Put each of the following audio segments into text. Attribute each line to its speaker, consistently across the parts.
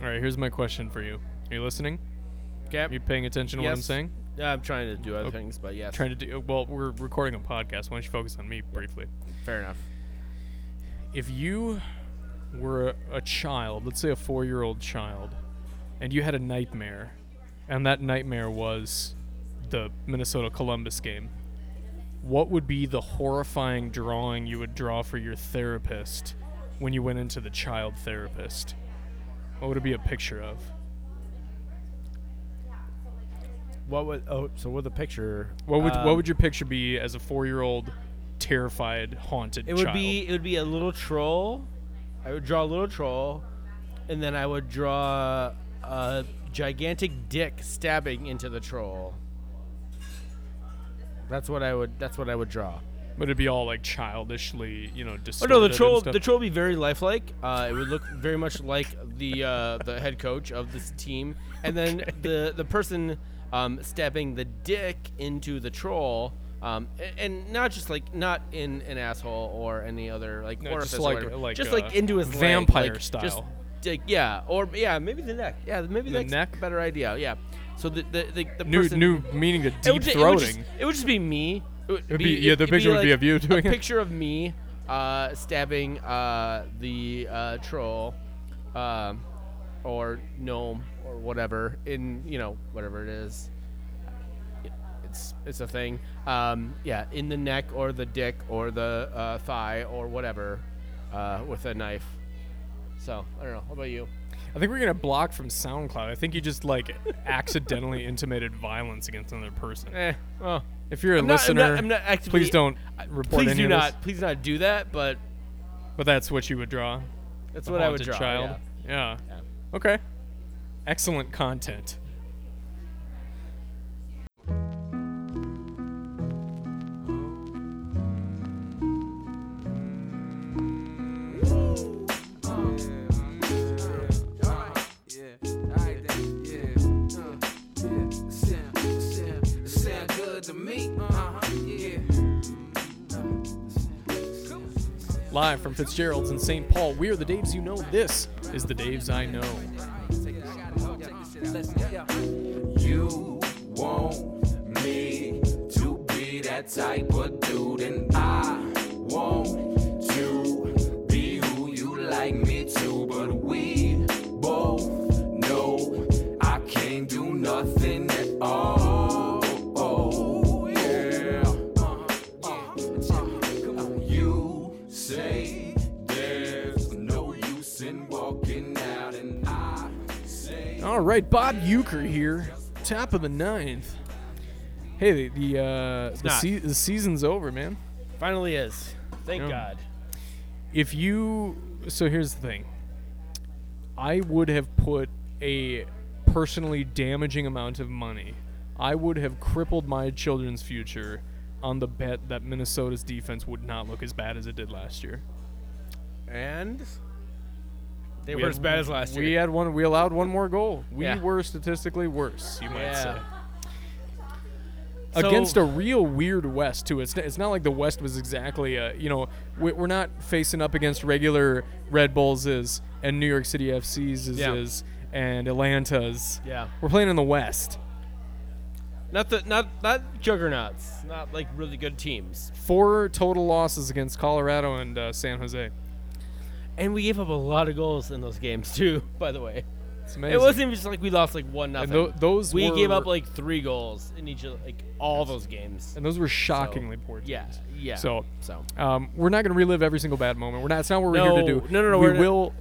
Speaker 1: All right, here's my question for you. Are you listening?
Speaker 2: Okay.
Speaker 1: Are you Oh. paying attention to what I'm
Speaker 2: Yes.
Speaker 1: saying?
Speaker 2: Yeah, I'm trying to do other
Speaker 1: Okay.
Speaker 2: things, but yes.
Speaker 1: Trying to do uh, well. We're recording a podcast. Why don't you focus on me briefly?
Speaker 2: Fair enough.
Speaker 1: If you were a child, let's say a four-year-old child, and you had a nightmare, and that nightmare was the Minnesota Columbus game, what would be the horrifying drawing you would draw for your therapist when you went into the child therapist? What would it be a picture of?
Speaker 3: What would oh so with a picture?
Speaker 1: What would
Speaker 2: Um,
Speaker 1: what would your picture be as a four year old, terrified, haunted?
Speaker 2: It would
Speaker 1: child?
Speaker 2: be it would be a little troll. I would draw a little troll, and then I would draw a gigantic dick stabbing into the troll. That's what I would. That's what I would draw.
Speaker 1: Would it be all like childishly, you know,
Speaker 2: Oh
Speaker 1: distorted?
Speaker 2: no, the troll.
Speaker 1: and stuff?
Speaker 2: The troll would be very lifelike. Uh, it would look very much like the uh, the head coach of this team, and then the the person um, stabbing the dick into the troll, um, a- and not just like not in an asshole or any other like
Speaker 1: No, just
Speaker 2: orifice, or
Speaker 1: like-
Speaker 2: whatever.
Speaker 1: like,
Speaker 2: just
Speaker 1: uh,
Speaker 2: like into his leg,
Speaker 1: vampire
Speaker 2: like, just
Speaker 1: style.
Speaker 2: dick- yeah, or yeah, maybe the neck. Yeah, maybe
Speaker 1: The
Speaker 2: that's
Speaker 1: neck?
Speaker 2: a better idea. Yeah, so the the, the, the
Speaker 1: new
Speaker 2: person,
Speaker 1: new meaning to
Speaker 2: it
Speaker 1: deep
Speaker 2: would, ju- it would just,
Speaker 1: throating.
Speaker 2: it would just be me. It would
Speaker 1: would be- yeah, the
Speaker 2: it'd
Speaker 1: picture would be
Speaker 2: like
Speaker 1: of you doing
Speaker 2: a
Speaker 1: it.
Speaker 2: picture of me uh, stabbing uh, the uh, troll um, or gnome or whatever in you know whatever it is. It's it's a thing. Um, yeah, in the neck or the dick or the uh, thigh or whatever uh, with a knife. So I don't know. How about you?
Speaker 1: I think we're gonna block from SoundCloud. I think you just like accidentally intimated violence against another person.
Speaker 2: Eh. Well,
Speaker 1: If you're a
Speaker 2: I'm not- I'm
Speaker 1: listener,
Speaker 2: not- I'm not actively-
Speaker 1: please don't
Speaker 2: I-
Speaker 1: report
Speaker 2: please
Speaker 1: any
Speaker 2: do
Speaker 1: of
Speaker 2: not.
Speaker 1: this.
Speaker 2: Please not do that. But
Speaker 1: But that's what you would draw.
Speaker 2: that's
Speaker 1: a
Speaker 2: what I would
Speaker 1: haunted
Speaker 2: draw.
Speaker 1: Child.
Speaker 2: yeah.
Speaker 1: Yeah.
Speaker 2: Yeah.
Speaker 1: Okay. Excellent content.
Speaker 4: uh, Uh-huh,
Speaker 1: Live from Fitzgerald's in St. Paul, we are the Daves you know. This is the Daves I know.
Speaker 4: You want me to be that type of dude, and I want to be who you like me to. But we both know I can't do nothing at all. Oh, yeah. You say there's no use in walking out, and I say.
Speaker 1: All right, Bob Euchre here, top of the ninth. Hey, the the, uh, the,
Speaker 2: not.
Speaker 1: sea the season's over, man.
Speaker 2: Finally is. Thank
Speaker 1: Yeah.
Speaker 2: God.
Speaker 1: If you so here's the thing, I would have put a personally damaging amount of money. I would have crippled my children's future on the bet that Minnesota's defense would not look as bad as it did last year.
Speaker 2: And they
Speaker 1: We
Speaker 2: were
Speaker 1: had-
Speaker 2: as bad as last
Speaker 1: We
Speaker 2: year.
Speaker 1: had one. We allowed one more goal. We
Speaker 2: Yeah.
Speaker 1: were statistically worse, you might
Speaker 2: Yeah.
Speaker 1: say.
Speaker 2: So-
Speaker 1: Against a real weird West too. It's it's not like the West was exactly. uh you know, we, we're not facing up against regular Red Bulls is and New York City FCs is,
Speaker 2: Yeah.
Speaker 1: is and Atlantas.
Speaker 2: Yeah.
Speaker 1: We're playing in the West.
Speaker 2: Not the not not juggernauts. Not like really good teams.
Speaker 1: Four total losses against Colorado and uh, San Jose.
Speaker 2: And we gave up a lot of goals in those games too. By the way,
Speaker 1: It's amazing.
Speaker 2: it wasn't just like we lost like one nothing.
Speaker 1: tho- those
Speaker 2: we gave
Speaker 1: were-
Speaker 2: up like three goals in each of like all those games.
Speaker 1: and those were shockingly poor. Teams.
Speaker 2: Yeah, yeah.
Speaker 1: So
Speaker 2: so
Speaker 1: Um, we're not going to relive every single bad moment. We're not. It's not what we're here to
Speaker 2: No,
Speaker 1: do.
Speaker 2: no, no, no,
Speaker 1: We
Speaker 2: we're not-
Speaker 1: will.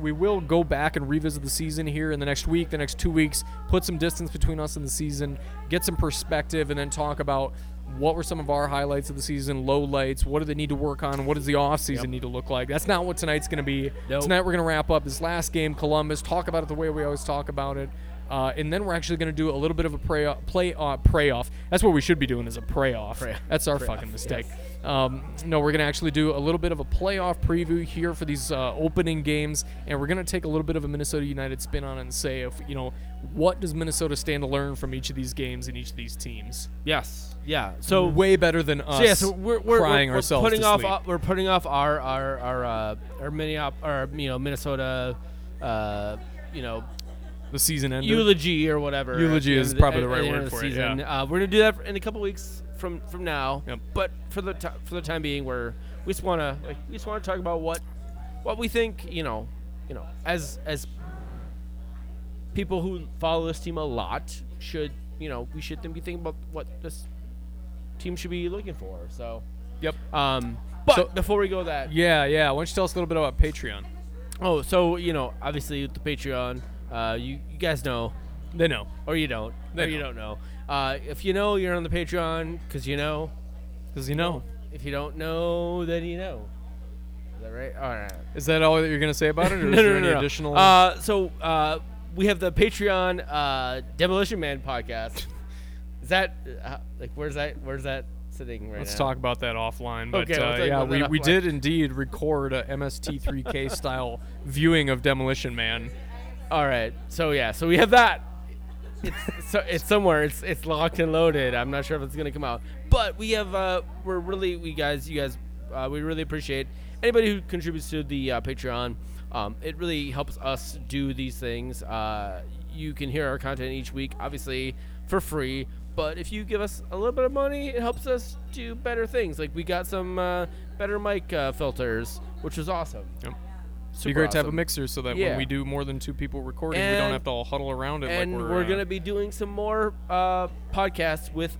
Speaker 1: We will go back and revisit the season here in the next week, the next two weeks. Put some distance between us and the season. Get some perspective, and then talk about what were some of our highlights of the season, lowlights. What do they need to work on? What does the off season need to look like? That's not what tonight's going to be.
Speaker 2: Nope.
Speaker 1: Tonight we're going to wrap up this last game, Columbus. Talk about it the way we always talk about it. Uh, and then we're actually going to do a little bit of a pray, play, uh, pray off. That's what we should be doing is a pray off.
Speaker 2: Pray-
Speaker 1: That's our fucking mistake. Um, no, we're going to actually do a little bit of a playoff preview here for these uh, opening games, and we're going to take a little bit of a Minnesota United spin on it and say, if you know, what does Minnesota stand to learn from each of these games and each of these teams?
Speaker 2: yes, yeah. So
Speaker 1: Way better than us.
Speaker 2: So yeah, so we're, we're
Speaker 1: crying
Speaker 2: we're, we're
Speaker 1: ourselves
Speaker 2: putting
Speaker 1: to
Speaker 2: off
Speaker 1: sleep.
Speaker 2: uh, we're putting off our our our uh, our Minneap- our you know Minnesota uh, you know
Speaker 1: The season ended.
Speaker 2: eulogy or whatever. at
Speaker 1: Eulogy
Speaker 2: the
Speaker 1: is
Speaker 2: end of
Speaker 1: probably
Speaker 2: at
Speaker 1: the right
Speaker 2: end
Speaker 1: word
Speaker 2: of the
Speaker 1: for it,
Speaker 2: season.
Speaker 1: yeah.
Speaker 2: Uh, we're gonna do that in a couple weeks from from now.
Speaker 1: Yep.
Speaker 2: But for the ti for the time being, we're we just wanna like, we just wanna talk about what what we think. You know, you know, as as people who follow this team a lot should you know we should then be thinking about what this team should be looking for. So,
Speaker 1: Yep.
Speaker 2: um, but
Speaker 1: So-
Speaker 2: before we go that,
Speaker 1: Yeah, yeah. Why don't you tell us a little bit about Patreon?
Speaker 2: oh, so you know, obviously with the Patreon, uh, you you guys know
Speaker 1: They know.
Speaker 2: or you don't,
Speaker 1: They
Speaker 2: or you
Speaker 1: know.
Speaker 2: don't know. Uh, if you know, you're on the Patreon because you know.
Speaker 1: Because you know.
Speaker 2: If you don't know, then you know. Is that right? All right.
Speaker 1: Is that all that you're going to say about it? Or
Speaker 2: No,
Speaker 1: is
Speaker 2: no,
Speaker 1: there
Speaker 2: no,
Speaker 1: any
Speaker 2: no, no.
Speaker 1: additional?
Speaker 2: Uh, so uh, we have the Patreon uh, Demolition Man podcast. Is that uh, like where's that where's that sitting right
Speaker 1: Let's
Speaker 2: now?
Speaker 1: talk about that offline. But
Speaker 2: Okay, we'll
Speaker 1: uh,
Speaker 2: talk
Speaker 1: yeah,
Speaker 2: about
Speaker 1: we,
Speaker 2: that
Speaker 1: we
Speaker 2: offline.
Speaker 1: did indeed record a MST3K style viewing of Demolition Man.
Speaker 2: All right. So yeah. So we have that. It's, so it's somewhere. It's it's locked and loaded. I'm not sure if it's gonna come out, but we have. Uh, we're really we guys. You guys. Uh, we really appreciate anybody who contributes to the uh, Patreon. Um, it really helps us do these things. Uh, you can hear our content each week, obviously for free. But if you give us a little bit of money, it helps us do better things. Like we got some uh, better mic uh, filters, which was awesome.
Speaker 1: Yep. It'd
Speaker 2: Super
Speaker 1: be great to have a
Speaker 2: awesome.
Speaker 1: mixer so that
Speaker 2: Yeah.
Speaker 1: when we do more than two people recording, we
Speaker 2: And-
Speaker 1: don't have to all huddle around it
Speaker 2: and
Speaker 1: like
Speaker 2: we're,
Speaker 1: we're, uh,
Speaker 2: gonna be doing some more uh, podcasts with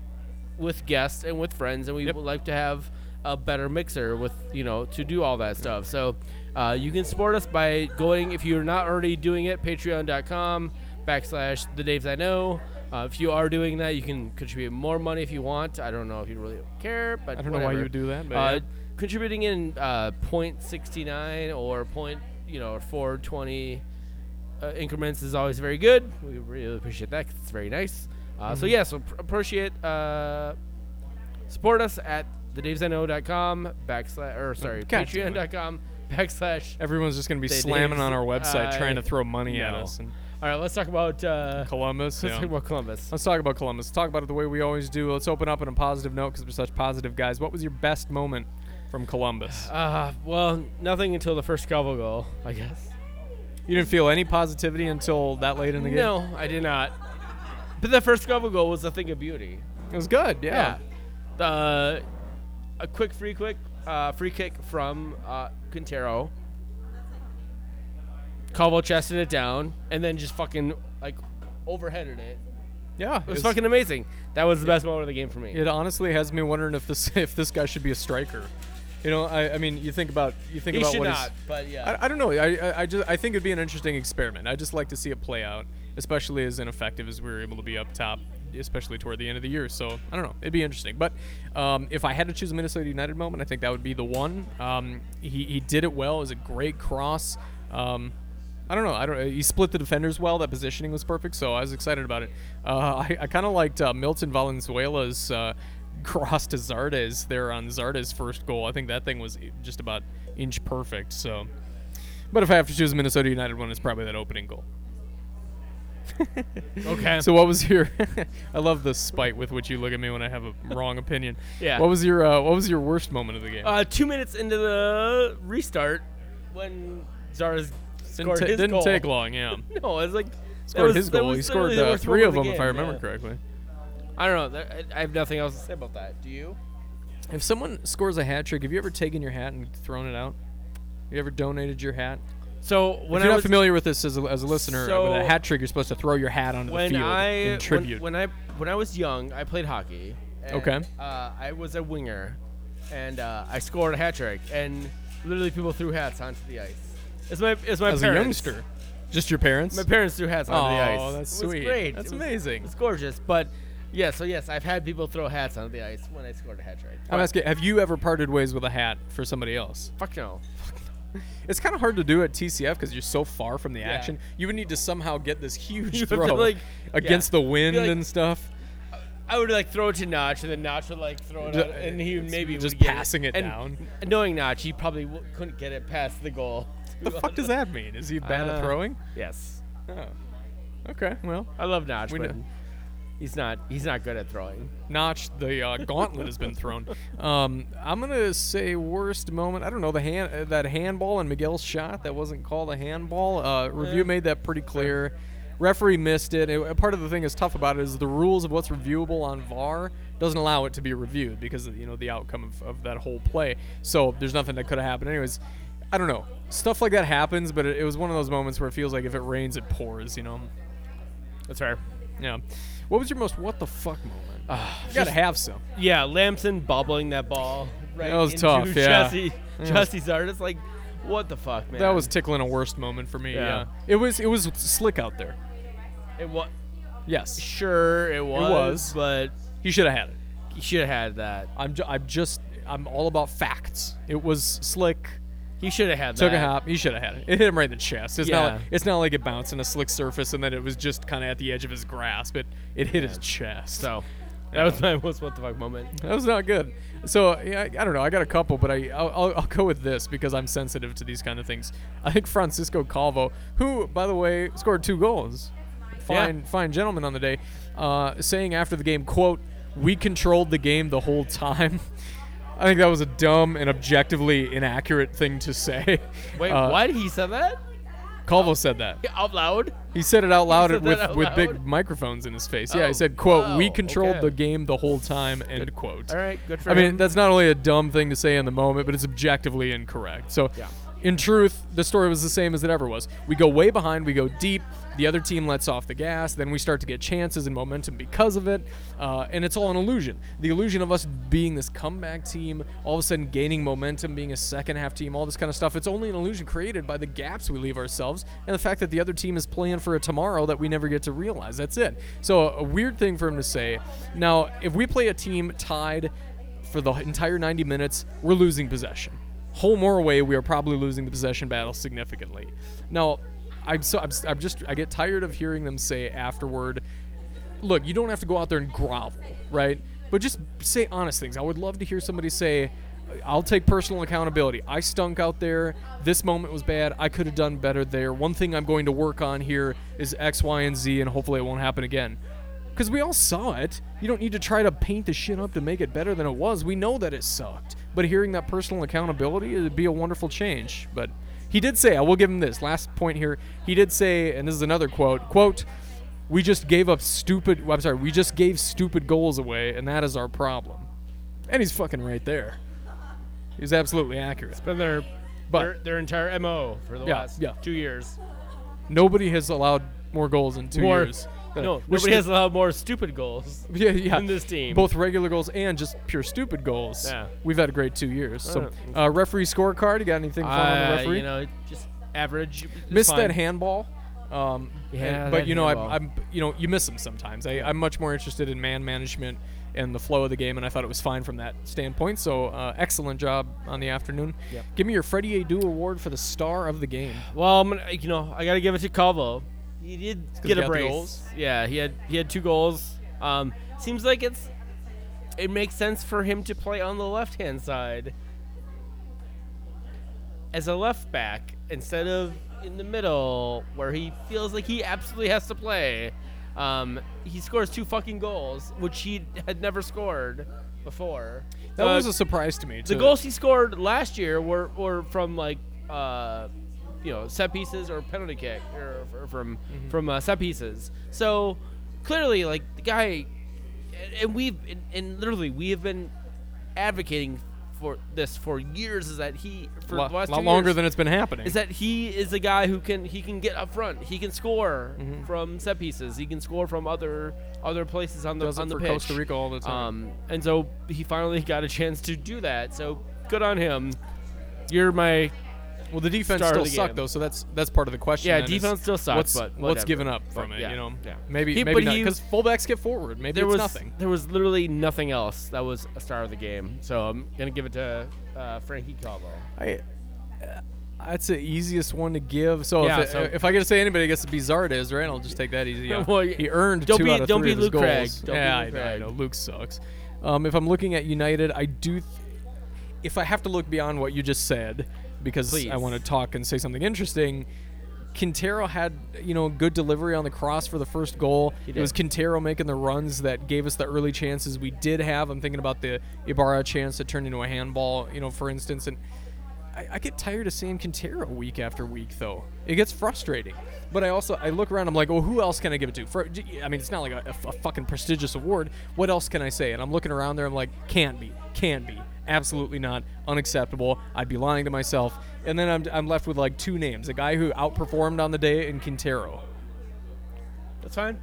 Speaker 2: with guests and with friends, and we
Speaker 1: Yep.
Speaker 2: would like to have a better mixer with you know to do all that stuff. So uh, you can support us by going if you're not already doing it, Patreon.com backslash The Daves I Know. Uh, if you are doing that, you can contribute more money if you want. I don't know if you really care, but
Speaker 1: I don't know why you
Speaker 2: whatever.
Speaker 1: would do that, but
Speaker 2: uh,
Speaker 1: yeah.
Speaker 2: Contributing in uh, 0.69 or point you know or 420 uh, increments is always very good. We really appreciate that. 'cause it's very nice. Uh,
Speaker 1: Mm-hmm.
Speaker 2: So yeah, so pr- appreciate uh, support us at thedavesino.com backslash or sorry
Speaker 1: God damn it.
Speaker 2: patreon.com backslash.
Speaker 1: Everyone's just going to be
Speaker 2: They-
Speaker 1: slamming
Speaker 2: they-
Speaker 1: on our website
Speaker 2: I-
Speaker 1: trying to throw money at
Speaker 2: no.
Speaker 1: us. And
Speaker 2: All right, let's talk about uh,
Speaker 1: Columbus.
Speaker 2: let's
Speaker 1: yeah.
Speaker 2: talk about Columbus.
Speaker 1: Let's talk about Columbus. Let's talk about it the way we always do. Let's open up on a positive note because we're such positive guys. What was your best moment from Columbus?
Speaker 2: Uh, well, nothing until the first Cowboy goal, I guess.
Speaker 1: You didn't feel any positivity until that late in the game.
Speaker 2: No, I did not. But the first Cowboy goal was a thing of beauty.
Speaker 1: it was good. Yeah,
Speaker 2: Yeah. The a quick free quick uh, free kick from uh, Quintero. Caldwell chested it down and then just fucking like overheaded it.
Speaker 1: yeah.
Speaker 2: It was fucking amazing. That was the best moment of the game for me.
Speaker 1: It honestly has me wondering if this if this guy should be a striker. You know, I, I mean, you think about you think
Speaker 2: he
Speaker 1: about
Speaker 2: should
Speaker 1: what
Speaker 2: not,
Speaker 1: he's.
Speaker 2: but yeah.
Speaker 1: I, I don't know. I, I, I just I think it'd be an interesting experiment. I just like to see it play out, especially as ineffective as we were able to be up top, especially toward the end of the year. So I don't know. It'd be interesting. But um, if I had to choose a Minnesota United moment, I think that would be the one. Um, he, he did it well. It was a great cross. Um, I don't know. I don't. He split the defenders well. That positioning was perfect. So I was excited about it. Uh, I, I kind of liked uh, Milton Valenzuela's. Uh, cross to Zardes there on Zardes' first goal. I think that thing was just about inch perfect. So but if I have to choose a Minnesota United one, it's probably that opening goal.
Speaker 2: okay.
Speaker 1: So what was your? I love the spite with which you look at me when I have a wrong opinion.
Speaker 2: Yeah.
Speaker 1: What was your uh, What was your worst moment of the game?
Speaker 2: uh, two minutes into the restart when Zara's
Speaker 1: didn't
Speaker 2: scored
Speaker 1: ta-
Speaker 2: his
Speaker 1: didn't
Speaker 2: goal.
Speaker 1: take long. Yeah.
Speaker 2: No, it was like
Speaker 1: Scored his goal. He scored
Speaker 2: the
Speaker 1: uh,
Speaker 2: worst
Speaker 1: three
Speaker 2: moment
Speaker 1: of them, if
Speaker 2: game,
Speaker 1: I remember
Speaker 2: yeah.
Speaker 1: correctly.
Speaker 2: I don't know. There- I I have nothing else to say about that. Do you?
Speaker 1: If someone scores a hat trick, have you ever taken your hat and thrown it out? You ever donated your hat?
Speaker 2: So when
Speaker 1: if you're
Speaker 2: I
Speaker 1: not
Speaker 2: was
Speaker 1: familiar with this as a, as a listener,
Speaker 2: So-
Speaker 1: with a hat trick, you're supposed to throw your hat onto
Speaker 2: when
Speaker 1: the field
Speaker 2: I
Speaker 1: in tribute.
Speaker 2: When, when I when I was young, I played hockey. and,
Speaker 1: Okay.
Speaker 2: Uh, I was a winger, and uh, I scored a hat trick, and literally people threw hats onto the ice. It's my it's my
Speaker 1: as a
Speaker 2: parents.
Speaker 1: youngster, just your parents.
Speaker 2: My parents threw hats onto the ice.
Speaker 1: Oh, that's
Speaker 2: It was
Speaker 1: sweet.
Speaker 2: great.
Speaker 1: That's
Speaker 2: It was-
Speaker 1: amazing.
Speaker 2: It's gorgeous, but. Yeah, so yes, I've had people throw hats onto the ice when I scored a hat trick.
Speaker 1: I'm
Speaker 2: But
Speaker 1: asking, have you ever parted ways with a hat for somebody else?
Speaker 2: fuck no.
Speaker 1: It's kind of hard to do at TCF because you're so far from the action. You would need to somehow get this huge
Speaker 2: You have to,
Speaker 1: throw
Speaker 2: like-
Speaker 1: against the
Speaker 2: yeah.
Speaker 1: wind
Speaker 2: Be like-
Speaker 1: and stuff.
Speaker 2: I would like throw it to Notch, and then Notch would like throw it,
Speaker 1: Ju-
Speaker 2: out, and he would
Speaker 1: it's
Speaker 2: maybe
Speaker 1: just
Speaker 2: would get
Speaker 1: passing it
Speaker 2: And
Speaker 1: down.
Speaker 2: Knowing Notch, he probably w- couldn't get it past the goal.
Speaker 1: The fuck does that mean? Is he bad
Speaker 2: Uh,
Speaker 1: at throwing?
Speaker 2: Yes,
Speaker 1: Oh. Okay, well,
Speaker 2: I love Notch.
Speaker 1: we
Speaker 2: but
Speaker 1: know.
Speaker 2: He's not. He's not good at throwing.
Speaker 1: Notch, the uh, gauntlet has been thrown. Um, I'm gonna say worst moment. I don't know the hand uh, that handball and Miguel's shot that wasn't called a handball. Uh, review made that pretty clear. Referee missed it. It- Part of the thing that's tough about it is the rules of what's reviewable on VAR doesn't allow it to be reviewed because of, you know the outcome of, of that whole play. So there's nothing that could have happened. Anyways, I don't know. Stuff like that happens, but it, it was one of those moments where it feels like if it rains, it pours. You know.
Speaker 2: That's fair.
Speaker 1: Yeah. What was your most what the fuck moment? you gotta have some.
Speaker 2: Yeah, Lamson bobbling that ball right
Speaker 1: That was
Speaker 2: into
Speaker 1: tough, yeah.
Speaker 2: Jesse,
Speaker 1: was-
Speaker 2: Jesse's artist. Like, what the fuck, man?
Speaker 1: That was tickling a worst moment for me. Yeah.
Speaker 2: Yeah.
Speaker 1: It was it was slick out there.
Speaker 2: It was
Speaker 1: Yes.
Speaker 2: sure it was,
Speaker 1: was.
Speaker 2: but
Speaker 1: He should have had it.
Speaker 2: you should have had that.
Speaker 1: I'm ju- I'm just I'm all about facts. It was slick.
Speaker 2: He should have had
Speaker 1: Took
Speaker 2: that.
Speaker 1: a hop. He should have had it. It hit him right in the chest. It's not
Speaker 2: Yeah.
Speaker 1: like, it's not like it bounced on a slick surface and then it was just kind of at the edge of his grasp. It it hit his chest.
Speaker 2: So that was my most what the fuck moment.
Speaker 1: That was not good. So yeah, I, I don't know. I got a couple, but I I'll, I'll, I'll go with this because I'm sensitive to these kind of things. I think Francisco Calvo, who by the way scored two goals, fine fine gentleman on the day, uh, saying after the game, "quote We controlled the game the whole time." I think that was a dumb and objectively inaccurate thing to say.
Speaker 2: Wait,
Speaker 1: Uh,
Speaker 2: what? He said that
Speaker 1: Calvo said that.
Speaker 2: out loud?
Speaker 1: He said it out loud
Speaker 2: said that
Speaker 1: with,
Speaker 2: out
Speaker 1: with
Speaker 2: loud?
Speaker 1: big microphones in his face. yeah,
Speaker 2: Oh,
Speaker 1: he said, "quote We
Speaker 2: wow,
Speaker 1: controlled
Speaker 2: okay.
Speaker 1: the game the whole time." End quote.
Speaker 2: All right, good for
Speaker 1: I
Speaker 2: him.
Speaker 1: mean, that's not only a dumb thing to say in the moment, but it's objectively incorrect. So,
Speaker 2: Yeah.
Speaker 1: in truth, the story was the same as it ever was. We go way behind, we go deep, the other team lets off the gas, then we start to get chances and momentum because of it, uh, and it's all an illusion. The illusion of us being this comeback team, all of a sudden gaining momentum, being a second half team, all this kind of stuff. It's only an illusion created by the gaps we leave ourselves and the fact that the other team is playing for a tomorrow that we never get to realize. That's it. So, a weird thing for him to say. Now, if we play a team tied for the entire 90 minutes, we're losing possession. Home or away, we are probably losing the possession battle significantly. Now, I'm so I'm, I'm just I get tired of hearing them say afterward, look, you don't have to go out there and grovel, right? But just say honest things. I would love to hear somebody say, I'll take personal accountability. I stunk out there. This moment was bad. I could have done better there. One thing I'm going to work on here is X, Y, and Z, and hopefully it won't happen again. Because we all saw it. You don't need to try to paint the shit up to make it better than it was. We know that it sucked. But hearing that personal accountability, it'd be a wonderful change. But he did say, I will give him this last point here. He did say, and this is another quote, quote, we just gave up stupid. I'm sorry, we just gave stupid goals away, and that is our problem. And he's fucking right there. He's absolutely accurate.
Speaker 2: been their,
Speaker 1: But-
Speaker 2: their their entire mo for the
Speaker 1: Yeah,
Speaker 2: last
Speaker 1: yeah.
Speaker 2: two years.
Speaker 1: Nobody has allowed more goals in two
Speaker 2: more,
Speaker 1: years. Uh,
Speaker 2: No,
Speaker 1: Which
Speaker 2: nobody
Speaker 1: is-
Speaker 2: has allowed more stupid goals.
Speaker 1: yeah, yeah.
Speaker 2: in this team.
Speaker 1: Both regular goals and just pure stupid goals.
Speaker 2: Yeah.
Speaker 1: We've had a great two years. So,
Speaker 2: Alright.
Speaker 1: uh, referee scorecard. You got anything for on the
Speaker 2: Uh,
Speaker 1: referee?
Speaker 2: you know, just average. It's
Speaker 1: missed
Speaker 2: fine.
Speaker 1: that handball. Um,
Speaker 2: Yeah,
Speaker 1: and- but
Speaker 2: that
Speaker 1: you know, I'm,
Speaker 2: handball.
Speaker 1: I'm, you know, you miss them sometimes. I, I'm much more interested in man management and the flow of the game, and I thought it was fine from that standpoint. So, uh, excellent job on the afternoon.
Speaker 2: Yep.
Speaker 1: Give me your Freddie Adu award for the star of the game.
Speaker 2: Well, I'm gonna, you know, I gotta give it to Calvo. He did
Speaker 1: he
Speaker 2: get
Speaker 1: got
Speaker 2: a
Speaker 1: the
Speaker 2: brace.
Speaker 1: goals?
Speaker 2: Yeah, he had he had two goals. Um, seems like it's it makes sense for him to play on the left hand side as a left back instead of in the middle where he feels like he absolutely has to play. Um, he scores two fucking goals, which he had never scored before.
Speaker 1: That
Speaker 2: Uh,
Speaker 1: was a surprise to me.
Speaker 2: the
Speaker 1: too.
Speaker 2: goals he scored last year were, were from like uh, you know set pieces or penalty kick or, or from
Speaker 1: Mm-hmm.
Speaker 2: from uh, set pieces. So clearly, like the guy, and- and we've and, and literally we have been advocating for this for years. Is that he for
Speaker 1: Lo-
Speaker 2: the last
Speaker 1: lot
Speaker 2: two
Speaker 1: longer
Speaker 2: years,
Speaker 1: than it's been happening.
Speaker 2: is that he is a guy who can he can get up front. He can score
Speaker 1: Mm-hmm.
Speaker 2: from set pieces. He can score from other other places on the
Speaker 1: Does it
Speaker 2: on the
Speaker 1: for
Speaker 2: pitch.
Speaker 1: Costa Rica all the time.
Speaker 2: Um, and so he finally got a chance to do that. So good on him. You're my
Speaker 1: well, the defense
Speaker 2: star of
Speaker 1: still
Speaker 2: the
Speaker 1: sucked
Speaker 2: game.
Speaker 1: though, so that's that's part of the question.
Speaker 2: Yeah,
Speaker 1: then is
Speaker 2: defense still sucks,
Speaker 1: What's,
Speaker 2: but
Speaker 1: what's
Speaker 2: whatever.
Speaker 1: given up
Speaker 2: But
Speaker 1: from it?
Speaker 2: yeah,
Speaker 1: You know,
Speaker 2: yeah.
Speaker 1: maybe
Speaker 2: He-
Speaker 1: maybe
Speaker 2: but
Speaker 1: not
Speaker 2: he-
Speaker 1: because fullbacks get forward. Maybe
Speaker 2: there
Speaker 1: it's
Speaker 2: was
Speaker 1: nothing.
Speaker 2: there was literally nothing else that was a star of the game. So I'm gonna give it to uh, Frankie Calvo.
Speaker 1: I, uh, that's the easiest one to give. So,
Speaker 2: Yeah,
Speaker 1: if, it-
Speaker 2: so-
Speaker 1: if I get to say anybody, I guess it'd be Zardes, right? I'll just take that easy. out.
Speaker 2: Well,
Speaker 1: he earned
Speaker 2: don't
Speaker 1: two
Speaker 2: be-
Speaker 1: out of
Speaker 2: don't
Speaker 1: three
Speaker 2: be
Speaker 1: of his
Speaker 2: Luke
Speaker 1: goals.
Speaker 2: Craig. Don't be
Speaker 1: yeah,
Speaker 2: Luke
Speaker 1: I, know, I
Speaker 2: Craig.
Speaker 1: know. Luke sucks. Um, if I'm looking at United, I do. Th- if I have to look beyond what you just said, because
Speaker 2: Please.
Speaker 1: I want to talk and say something interesting, Quintero had you know good delivery on the cross for the first goal. It
Speaker 2: did.
Speaker 1: was Quintero making the runs that gave us the early chances we did have. I'm thinking about the Ibarra chance that turned into a handball, you know, for instance. And I, I get tired of seeing Quintero week after week, though. It gets frustrating. But I also I look around. I'm like, well, who else can I give it to? For, I mean, it's not like a, a f- a fucking prestigious award. What else can I say? And I'm looking around there. I'm like, can't be, can't be, absolutely not, unacceptable. I'd be lying to myself. And then I'm, I'm left with like two names: a guy who outperformed on the day and Quintero.
Speaker 2: That's fine.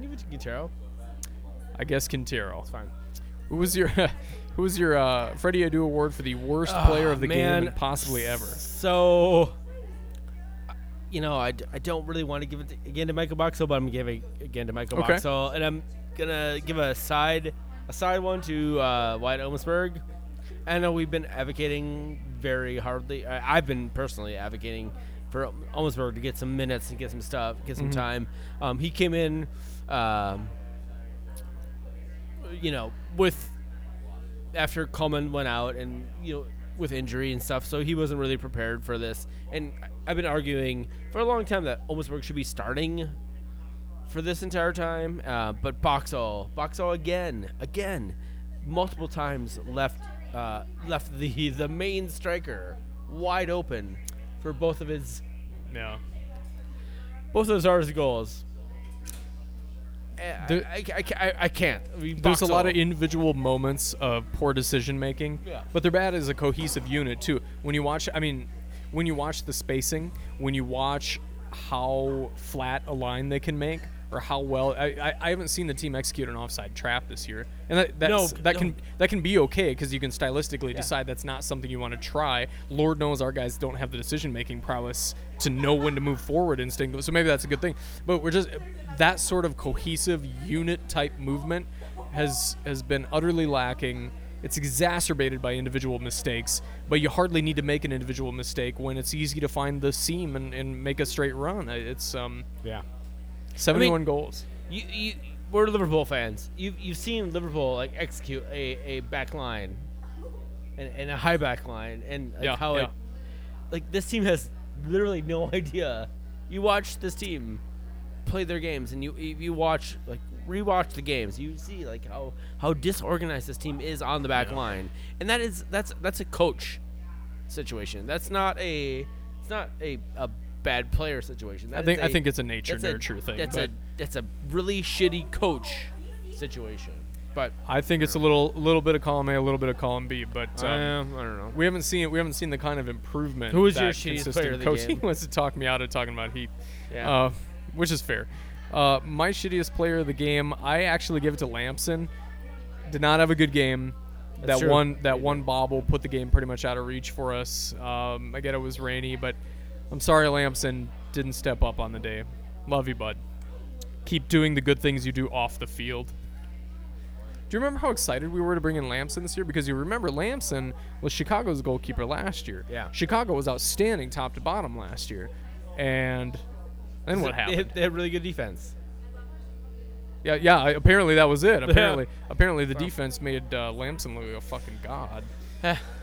Speaker 2: Give it to Quintero.
Speaker 1: I guess Quintero.
Speaker 2: It's fine.
Speaker 1: Who was your Who was your uh, Freddie Adu award for the worst player of the game and possibly ever?
Speaker 2: So, you know, I, d- I don't really want to give it to- again to Michael Boxel, but I'm giving again to Michael
Speaker 1: Okay.
Speaker 2: Boxel, and I'm gonna give a side a side one to uh, Wyatt Omsberg. I know we've been advocating very hardly. I, I've been personally advocating for Omsberg to get some minutes and get some stuff, get
Speaker 1: Mm-hmm.
Speaker 2: some time. Um, he came in, um, you know, with after Coleman went out and you know with injury and stuff, so he wasn't really prepared for this. And I've been arguing for a long time that Olmsberg should be starting for this entire time, uh, but Boxall, Boxall again, again, multiple times left uh, left the the main striker wide open for both of his
Speaker 1: No.
Speaker 2: both of his Zara's goals. I-
Speaker 1: There-
Speaker 2: I, I, I, I can't. I mean,
Speaker 1: There's a lot of
Speaker 2: Boxall-
Speaker 1: individual moments of poor decision making,
Speaker 2: Yeah.
Speaker 1: but they're bad as a cohesive unit too. When you watch, I mean, when you watch the spacing, when you watch how flat a line they can make, or how well I, I, I haven't seen the team execute an offside trap this year, and that that's,
Speaker 2: No,
Speaker 1: that
Speaker 2: no.
Speaker 1: can that can be okay because you can stylistically decide that's not something you want to try. Lord knows our guys don't have the decision making prowess to know when to move forward instinct, so maybe that's a good thing. But we're just that sort of cohesive unit type movement has has been utterly lacking. It's exacerbated by individual mistakes, but you hardly need to make an individual mistake when it's easy to find the seam and, and make a straight run. It's um,
Speaker 3: Yeah.
Speaker 1: 71 goals.
Speaker 2: you, you we're Liverpool fans. You've you've seen Liverpool like execute a, a back line and, and a high back line and like
Speaker 1: Yeah,
Speaker 2: how
Speaker 1: yeah.
Speaker 2: it like this team has literally no idea. You watch this team play their games and you you you watch like rewatch the games. You see like how how disorganized this team is on the back line. And that is that's that's a coach situation. That's not a it's not a, a bad player situation. That
Speaker 1: I
Speaker 2: is
Speaker 1: think I
Speaker 2: a-
Speaker 1: think it's a nature
Speaker 2: that's a-
Speaker 1: nurture thing.
Speaker 2: That's
Speaker 1: but-
Speaker 2: a that's a really shitty coach situation. But
Speaker 1: I think it's a little little bit of column A, a little bit of column B, but um,
Speaker 2: I don't know.
Speaker 1: we haven't seen we haven't seen the kind of improvement.
Speaker 2: Who was
Speaker 1: that
Speaker 2: your shittiest
Speaker 1: consistent
Speaker 2: player of the
Speaker 1: coach.
Speaker 2: game?
Speaker 1: He wants to talk me out of talking about Heat,
Speaker 2: Yeah.
Speaker 1: uh, which is fair. Uh, my shittiest player of the game, I actually give it to Lamson. Did not have a good game.
Speaker 2: That's
Speaker 1: that
Speaker 2: true.
Speaker 1: one that one bobble put the game pretty much out of reach for us. Um, I get it was rainy, but I'm sorry Lamson didn't step up on the day. Love you, bud. Keep doing the good things you do off the field. Do you remember how excited we were to bring in Lamson this year? Because you remember Lamson was Chicago's goalkeeper last year.
Speaker 2: Yeah.
Speaker 1: Chicago was outstanding top to bottom last year. And then what
Speaker 2: They,
Speaker 1: happened?
Speaker 2: they had really good defense.
Speaker 1: Yeah, yeah, apparently that was it. Apparently apparently the defense made uh, Lamson look like a fucking god.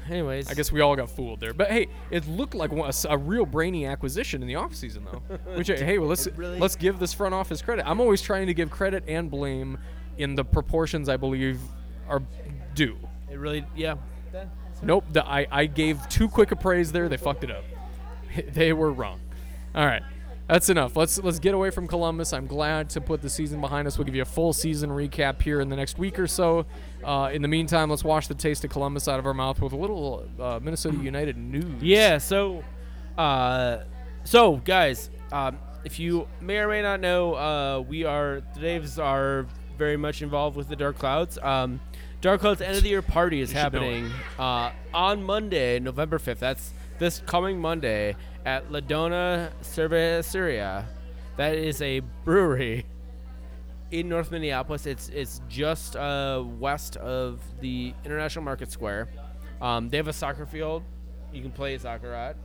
Speaker 2: Anyways,
Speaker 1: I guess we all got fooled there. But hey, it looked like one- a, s- a real brainy acquisition in the offseason, though. Which, hey, well, let's,
Speaker 2: It really-
Speaker 1: let's give this front office credit. I'm always trying to give credit and blame in the proportions I believe are due.
Speaker 2: it really yeah.
Speaker 1: Nope, the, I, I gave too quick a praise there. They fucked it up. they were wrong. All right. That's enough. Let's let's get away from Columbus. I'm glad to put the season behind us. We'll give you a full season recap here in the next week or so. Uh, in the meantime, let's wash the taste of Columbus out of our mouth with a little uh, Minnesota United news.
Speaker 2: Yeah, so uh so guys, um if you may or may not know, uh we are the Daves are very much involved with the Dark Clouds. Um Dark Clouds end of the year party is
Speaker 1: should know
Speaker 2: happening uh on Monday, November 5th. That's this coming Monday at Ladona Cerveceria. That is a brewery in North Minneapolis. It's it's just uh, west of the International Market Square. Um, they have a soccer field. You can play soccer at.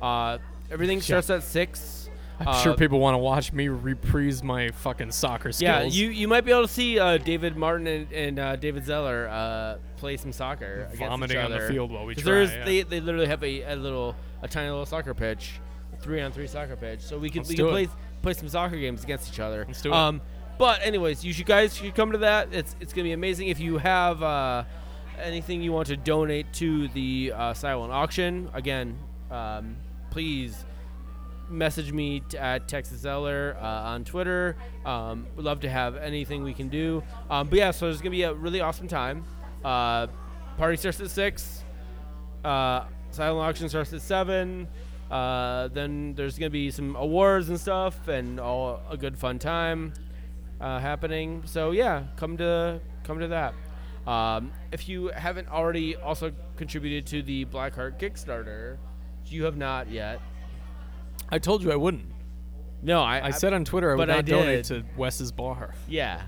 Speaker 2: Uh, everything starts at six.
Speaker 1: I'm
Speaker 2: Uh,
Speaker 1: sure people want to watch me reprise my fucking soccer skills.
Speaker 2: Yeah, you, you might be able to see uh, David Martin and, and uh, David Zeller uh, play some soccer against
Speaker 1: Vomiting
Speaker 2: each
Speaker 1: on the
Speaker 2: other.
Speaker 1: field while we
Speaker 2: 'Cause there
Speaker 1: try,
Speaker 2: is-
Speaker 1: yeah.
Speaker 2: They, they literally have a, a little a tiny little soccer pitch three on three soccer page, so we could
Speaker 1: Let's
Speaker 2: we
Speaker 1: do
Speaker 2: could
Speaker 1: it.
Speaker 2: play play some soccer games against each other.
Speaker 1: Let's do it.
Speaker 2: Um, but anyways, you should guys should come to that. It's it's gonna be amazing. If you have uh, anything you want to donate to the uh, silent auction, again, um, please message me t- at Texas Eller uh, on Twitter. Um, would love to have anything we can do. Um, but yeah, so it's gonna be a really awesome time. Uh, party starts at six. Uh, silent auction starts at seven. Uh, then there's gonna be some awards and stuff, and all a good fun time uh, happening. So yeah, come to come to that. Um, if you haven't already also contributed to the Blackheart Kickstarter, you have not yet.
Speaker 1: I told you I wouldn't.
Speaker 2: No, I,
Speaker 1: I, said on Twitter I would
Speaker 2: but I
Speaker 1: not donate
Speaker 2: did.
Speaker 1: to Wes's bar.
Speaker 2: Yeah,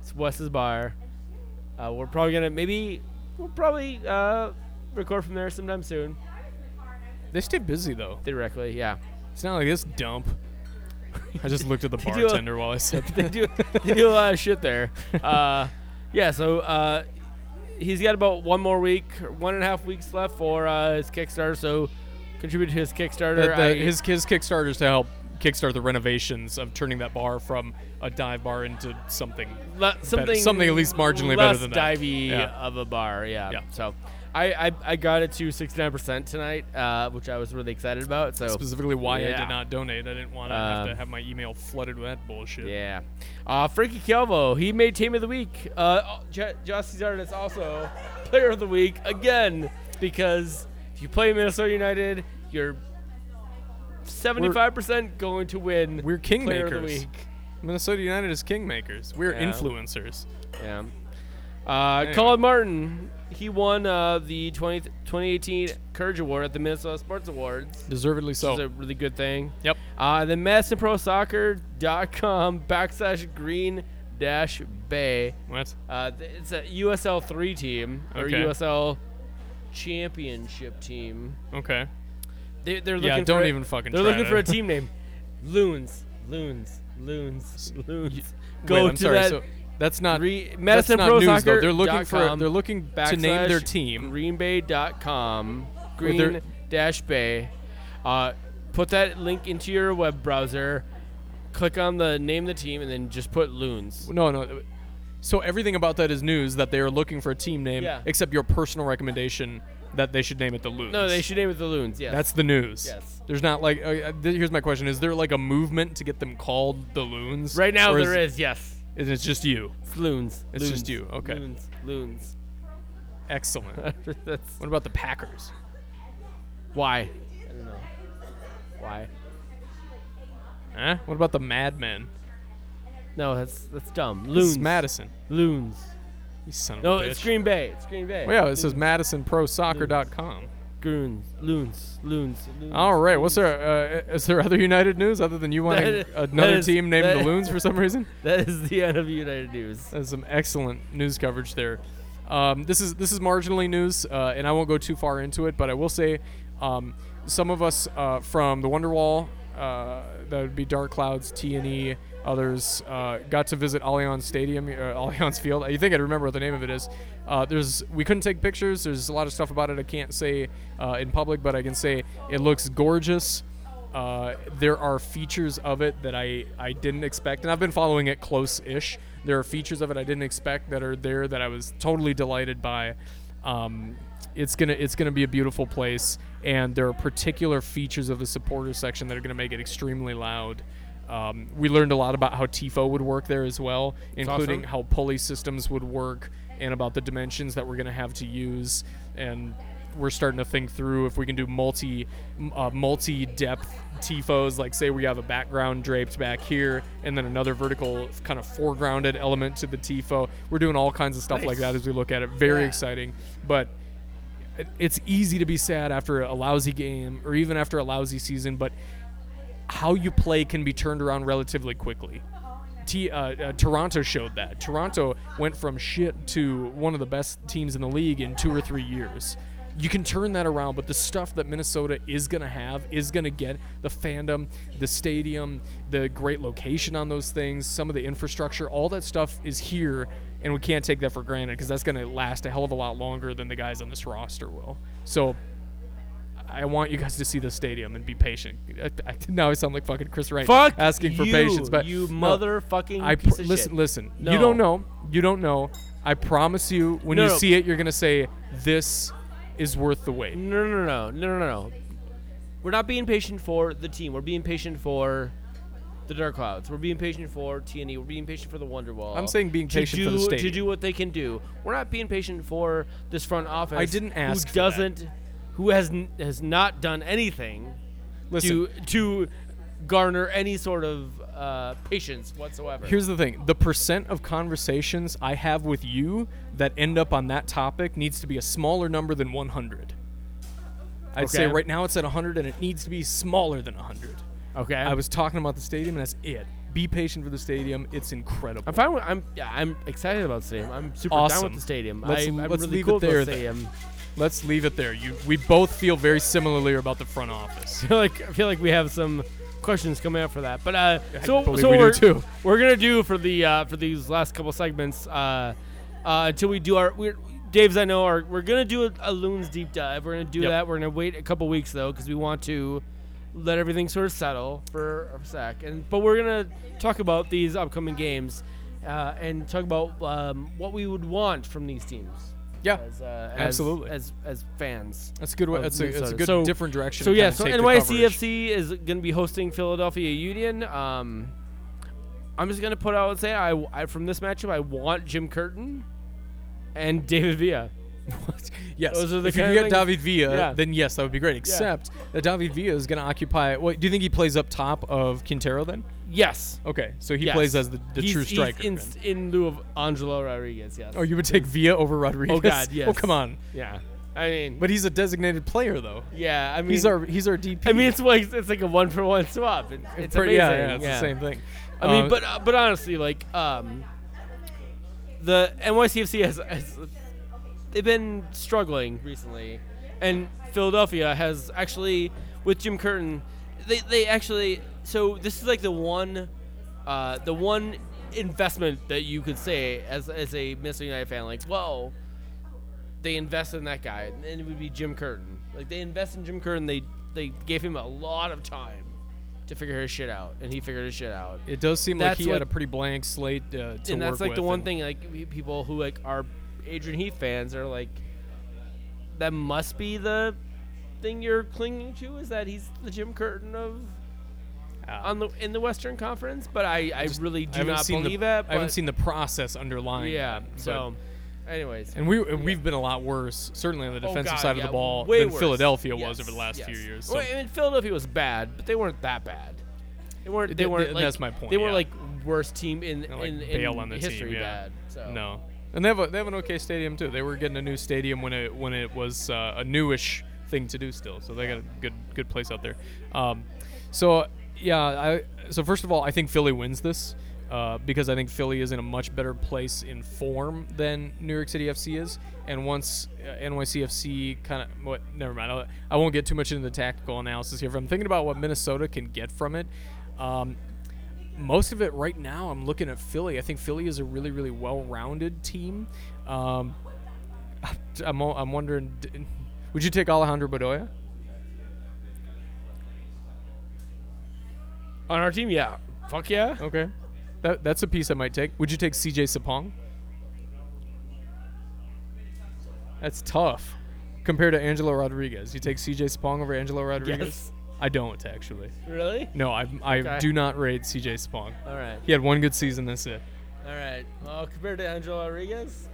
Speaker 2: it's Wes's bar. Uh, we're probably gonna maybe we'll probably uh, record from there sometime soon.
Speaker 1: They stay busy though.
Speaker 2: Theoretically, yeah.
Speaker 1: It's not like this dump. I just looked at the
Speaker 2: They do a-
Speaker 1: bartender while I said
Speaker 2: they
Speaker 1: that.
Speaker 2: do they do a lot of shit there. Uh, yeah, so uh, he's got about one more week, one and a half weeks left for uh, his Kickstarter. So contribute to his Kickstarter.
Speaker 1: That- that-
Speaker 2: I-
Speaker 1: his his Kickstarter is to help kickstart the renovations of turning that bar from a dive bar into something.
Speaker 2: le- something
Speaker 1: something at least marginally better
Speaker 2: less
Speaker 1: than that.
Speaker 2: divey
Speaker 1: Yeah.
Speaker 2: of a bar. Yeah.
Speaker 1: Yeah.
Speaker 2: So I, I I got it to 69% tonight, uh, which I was really excited about. So
Speaker 1: Specifically, why I
Speaker 2: Oh, Yeah.
Speaker 1: did not donate. I didn't want to
Speaker 2: Um,
Speaker 1: have to have my email flooded with that bullshit.
Speaker 2: Yeah. Uh, Frankie Calvo, he made Team of the Week. Uh, J- Josh Cesar is also Player of the Week again because if you play Minnesota United, you're 75% going to win
Speaker 1: We're
Speaker 2: Player of the
Speaker 1: kingmakers.
Speaker 2: Week.
Speaker 1: Minnesota United is kingmakers. We're
Speaker 2: Yeah.
Speaker 1: influencers.
Speaker 2: Yeah. Uh,
Speaker 1: Anyway.
Speaker 2: Colin Martin, he won uh, the 20, 2018 Courage Award at the Minnesota Sports Awards.
Speaker 1: Deservedly so.
Speaker 2: Which is a really good thing.
Speaker 1: yep.
Speaker 2: Uh, then madisonprosoccer.com backslash green dash bay.
Speaker 1: What?
Speaker 2: Uh, th- it's a USL three team or
Speaker 1: Okay.
Speaker 2: USL championship team.
Speaker 1: Okay.
Speaker 2: They, they're looking
Speaker 1: Yeah,
Speaker 2: for
Speaker 1: don't
Speaker 2: a-
Speaker 1: even fucking
Speaker 2: They're
Speaker 1: try
Speaker 2: looking
Speaker 1: to-
Speaker 2: for a team name. Loons, loons, loons, loons. Go
Speaker 1: Wait, I'm
Speaker 2: to
Speaker 1: sorry.
Speaker 2: that.
Speaker 1: so that's not
Speaker 2: re-
Speaker 1: that's
Speaker 2: Madison
Speaker 1: not
Speaker 2: Pro
Speaker 1: news though.
Speaker 2: Soccer
Speaker 1: They're looking
Speaker 2: dot
Speaker 1: for
Speaker 2: com
Speaker 1: they're looking to name their team.
Speaker 2: greenbay.com
Speaker 1: they're-
Speaker 2: green dash bay uh, put that link into your web browser click on the name of the team and then just put loons
Speaker 1: No, no. So everything about that is news that they are looking for a team name,
Speaker 2: Yeah.
Speaker 1: except your personal recommendation that they should name it the Loons.
Speaker 2: no they should name it the loons yes
Speaker 1: That's the news.
Speaker 2: Yes.
Speaker 1: There's not like. Uh, uh, th- here's my question: Is there like a movement to get them called the Loons?
Speaker 2: right now
Speaker 1: Or
Speaker 2: there is yes
Speaker 1: is It's just you.
Speaker 2: it's loons
Speaker 1: It's
Speaker 2: loons,
Speaker 1: just you, okay.
Speaker 2: loons loons
Speaker 1: Excellent. what
Speaker 2: that's
Speaker 1: about the Packers?
Speaker 2: why i don't know why
Speaker 1: Huh? What about the Madmen?
Speaker 2: no that's that's dumb
Speaker 1: This is
Speaker 2: loons
Speaker 1: Madison.
Speaker 2: loons
Speaker 1: You son of
Speaker 2: no
Speaker 1: a bitch.
Speaker 2: it's green bay it's green bay
Speaker 1: Well, yeah, it says MadisonProSoccer.com.
Speaker 2: Goons, loons, loons, loons.
Speaker 1: All right. What's there? Uh, is there other United news other than you wanting
Speaker 2: That is- that
Speaker 1: another
Speaker 2: is-
Speaker 1: team named
Speaker 2: that-
Speaker 1: the Loons for some reason?
Speaker 2: That is the end of United News.
Speaker 1: That's some excellent news coverage there. Um, this is this is marginally news, uh, and I won't go too far into it, but I will say um, some of us uh, from the Wonderwall, uh, that would be Dark Clouds, T and E, others uh, got to visit Allianz Stadium, uh, Allianz Field. You think I'd remember what the name of it is? Uh, there's we couldn't take pictures. There's a lot of stuff about it I can't say uh, in public, but I can say it looks gorgeous. Uh, there are features of it that I, I didn't expect, and I've been following it close ish. There are features of it I didn't expect that are there that I was totally delighted by. Um, it's gonna it's gonna be a beautiful place, and there are particular features of the supporter section that are gonna make it extremely loud. Um, we learned a lot about how tifo would work there as well, including
Speaker 2: awesome.
Speaker 1: how pulley systems would work and about the dimensions that we're gonna have to use and we're starting to think through if we can do multi m- uh, multi depth tifos like say we have a background draped back here and then another vertical kind of foregrounded element to the tifo we're doing all kinds of stuff like that as we look at it very exciting but it- it's easy to be sad after a lousy game or even after a lousy season but how you play can be turned around relatively quickly T, uh, uh, Toronto showed that. Toronto went from shit to one of the best teams in the league in two or three years. You can turn that around, but the stuff that Minnesota is going to have, is going to get the fandom, the stadium, the great location on those things, some of the infrastructure, all that stuff is here, and we can't take that for granted because that's going to last a hell of a lot longer than the guys on this roster will. So I want you guys to see the stadium and be patient. I, I, now I sound like fucking Chris Wright
Speaker 2: Fuck
Speaker 1: asking for
Speaker 2: you,
Speaker 1: patience, but
Speaker 2: you
Speaker 1: no.
Speaker 2: motherfucking
Speaker 1: I
Speaker 2: piece
Speaker 1: pr-
Speaker 2: of
Speaker 1: listen,
Speaker 2: shit.
Speaker 1: listen. You
Speaker 2: No.
Speaker 1: don't know. You don't know. I promise you, when
Speaker 2: No,
Speaker 1: you
Speaker 2: no.
Speaker 1: see it, you're gonna say this is worth the wait.
Speaker 2: No, no, no, no, no, no, no. We're not being patient for the team. We're being patient for the Dark Clouds. We're being patient for TNE. We're being patient for the Wonderwall.
Speaker 1: I'm saying being
Speaker 2: to
Speaker 1: patient for the
Speaker 2: do- To
Speaker 1: stadium.
Speaker 2: do what they can do. We're not being patient for this front office.
Speaker 1: I didn't ask for
Speaker 2: Who
Speaker 1: that.
Speaker 2: doesn't? Who has n- has not done anything
Speaker 1: Listen,
Speaker 2: to to garner any sort of uh, patience whatsoever?
Speaker 1: here's the thing: the percent of conversations I have with you that end up on that topic needs to be a smaller number than 100. I'd say
Speaker 2: Okay.
Speaker 1: right now it's at 100, and it needs to be smaller than 100.
Speaker 2: okay.
Speaker 1: I was talking about the stadium, and that's it. Be patient for the stadium; it's incredible.
Speaker 2: I'm fine with. I'm. Yeah, I'm excited about the stadium. I'm super down
Speaker 1: Awesome.
Speaker 2: with the stadium.
Speaker 1: Let's-
Speaker 2: I, I'm
Speaker 1: let's
Speaker 2: really
Speaker 1: leave
Speaker 2: cool
Speaker 1: it there
Speaker 2: with the
Speaker 1: then.
Speaker 2: stadium.
Speaker 1: Let's leave it there. You, we both feel very similarly about the front office.
Speaker 2: feel like I feel like we have some questions coming up for that. But uh, so
Speaker 1: believe
Speaker 2: so
Speaker 1: we do
Speaker 2: are
Speaker 1: too.
Speaker 2: we're gonna do for the uh, for these last couple segments uh, uh, until we do our we're, Dave's. I know are we're gonna do a, a loons deep dive. We're gonna do
Speaker 1: Yep.
Speaker 2: that. We're gonna wait a couple weeks though because we want to let everything sort of settle for a sec. And but we're gonna talk about these upcoming games uh, and talk about um, what we would want from these teams.
Speaker 1: Yeah,
Speaker 2: As, uh, as-
Speaker 1: Absolutely.
Speaker 2: as as fans.
Speaker 1: that's a good.
Speaker 2: of
Speaker 1: way- That's a, that's a
Speaker 2: Minnesota.
Speaker 1: good
Speaker 2: So-
Speaker 1: different direction.
Speaker 2: So
Speaker 1: to
Speaker 2: yeah,
Speaker 1: kinda
Speaker 2: so
Speaker 1: take the coverage.
Speaker 2: NYCFC is going to be hosting Philadelphia Union. Um, I'm just going to put out and say I, I from this matchup I want Jim Curtin and David Villa.
Speaker 1: Yes,
Speaker 2: Those are the
Speaker 1: if you
Speaker 2: kind
Speaker 1: could
Speaker 2: of
Speaker 1: get David
Speaker 2: things-
Speaker 1: Villa,
Speaker 2: Yeah.
Speaker 1: then yes, that would be great. Except that David Villa is going to occupy. What do you think he plays up top of Quintero then?
Speaker 2: Yes.
Speaker 1: Okay, so he
Speaker 2: Yes.
Speaker 1: plays as the, the
Speaker 2: He's-
Speaker 1: true
Speaker 2: he's
Speaker 1: striker.
Speaker 2: in,
Speaker 1: then.
Speaker 2: in lieu of Angelo Rodriguez. Yes.
Speaker 1: oh, you would take Villa over Rodriguez?
Speaker 2: Oh, God, yes.
Speaker 1: Oh come on,
Speaker 2: yeah. I mean,
Speaker 1: but he's a designated player though.
Speaker 2: yeah. I mean,
Speaker 1: He's our he's our DP.
Speaker 2: I mean, it's like it's like a one for one swap. It, it's
Speaker 1: Per-
Speaker 2: amazing.
Speaker 1: yeah, yeah, it's the same thing.
Speaker 2: I mean,
Speaker 1: Uh,
Speaker 2: but uh, but honestly, like um, the NYCFC has, has they've been struggling recently, and Philadelphia has actually with Jim Curtin, they they actually so this is like the one, uh, the one investment that you could say as as a Minnesota United fan, like whoa, they invest in that guy, and it would be Jim Curtin. Like they invest in Jim Curtin, they they gave him a lot of time to figure his shit out, and he figured his shit out
Speaker 1: it does seem like
Speaker 2: that's
Speaker 1: he
Speaker 2: what-
Speaker 1: had a pretty blank slate uh, to work
Speaker 2: and that's like the
Speaker 1: with,
Speaker 2: one
Speaker 1: and-
Speaker 2: thing like we- people who like are Adrian Heath fans are like that must be the thing you're clinging to is that he's the Jim Curtin of
Speaker 1: Ah.
Speaker 2: on the in the Western Conference, but I I really
Speaker 1: I
Speaker 2: do
Speaker 1: haven't
Speaker 2: not
Speaker 1: seen
Speaker 2: believe
Speaker 1: the,
Speaker 2: that.
Speaker 1: I haven't
Speaker 2: but-
Speaker 1: seen the process underlying.
Speaker 2: yeah.
Speaker 1: it, but-
Speaker 2: So, anyways,
Speaker 1: and we and we've been a lot worse, certainly on the
Speaker 2: Oh,
Speaker 1: defensive
Speaker 2: God,
Speaker 1: side of
Speaker 2: yeah,
Speaker 1: the ball
Speaker 2: way
Speaker 1: than
Speaker 2: worse.
Speaker 1: Philadelphia was
Speaker 2: Yes,
Speaker 1: over the last few
Speaker 2: yes.
Speaker 1: years.
Speaker 2: Well,
Speaker 1: so-
Speaker 2: I mean, Philadelphia was bad, but they weren't that bad. They weren't. They
Speaker 1: Th-
Speaker 2: weren't.
Speaker 1: th-
Speaker 2: Like,
Speaker 1: that's my point,
Speaker 2: They were
Speaker 1: yeah.
Speaker 2: like worst team in
Speaker 1: Kinda like
Speaker 2: in, in
Speaker 1: bail on the team,
Speaker 2: history
Speaker 1: yeah.
Speaker 2: bad. So.
Speaker 1: No, and they have a, they have an okay stadium too. They were getting a new stadium when it when it was uh, a newish thing to do still. So they got a good good place out there. Um, so yeah, I, so first of all, I think Philly wins this. Uh, because I think Philly is in a much better place in form than New York City FC is, and once uh, NYCFC kind of what never mind, I'll, I won't get too much into the tactical analysis here. But I'm thinking about what Minnesota can get from it. Um, most of it right now i'm looking at philly i think philly is a really really well-rounded team um, I'm, o- I'm wondering d- would you take alejandro bedoya
Speaker 2: On our team, yeah. Fuck yeah.
Speaker 1: okay that, that's a piece i might take would you take cj sapong that's tough compared to angelo rodriguez you take cj sapong over angelo rodriguez
Speaker 2: Yes.
Speaker 1: i don't actually
Speaker 2: Really?
Speaker 1: no i, I
Speaker 2: Okay.
Speaker 1: do not rate cj sapong
Speaker 2: All right.
Speaker 1: he had one good season that's it
Speaker 2: All right. Well, compared to Angelo Rodriguez,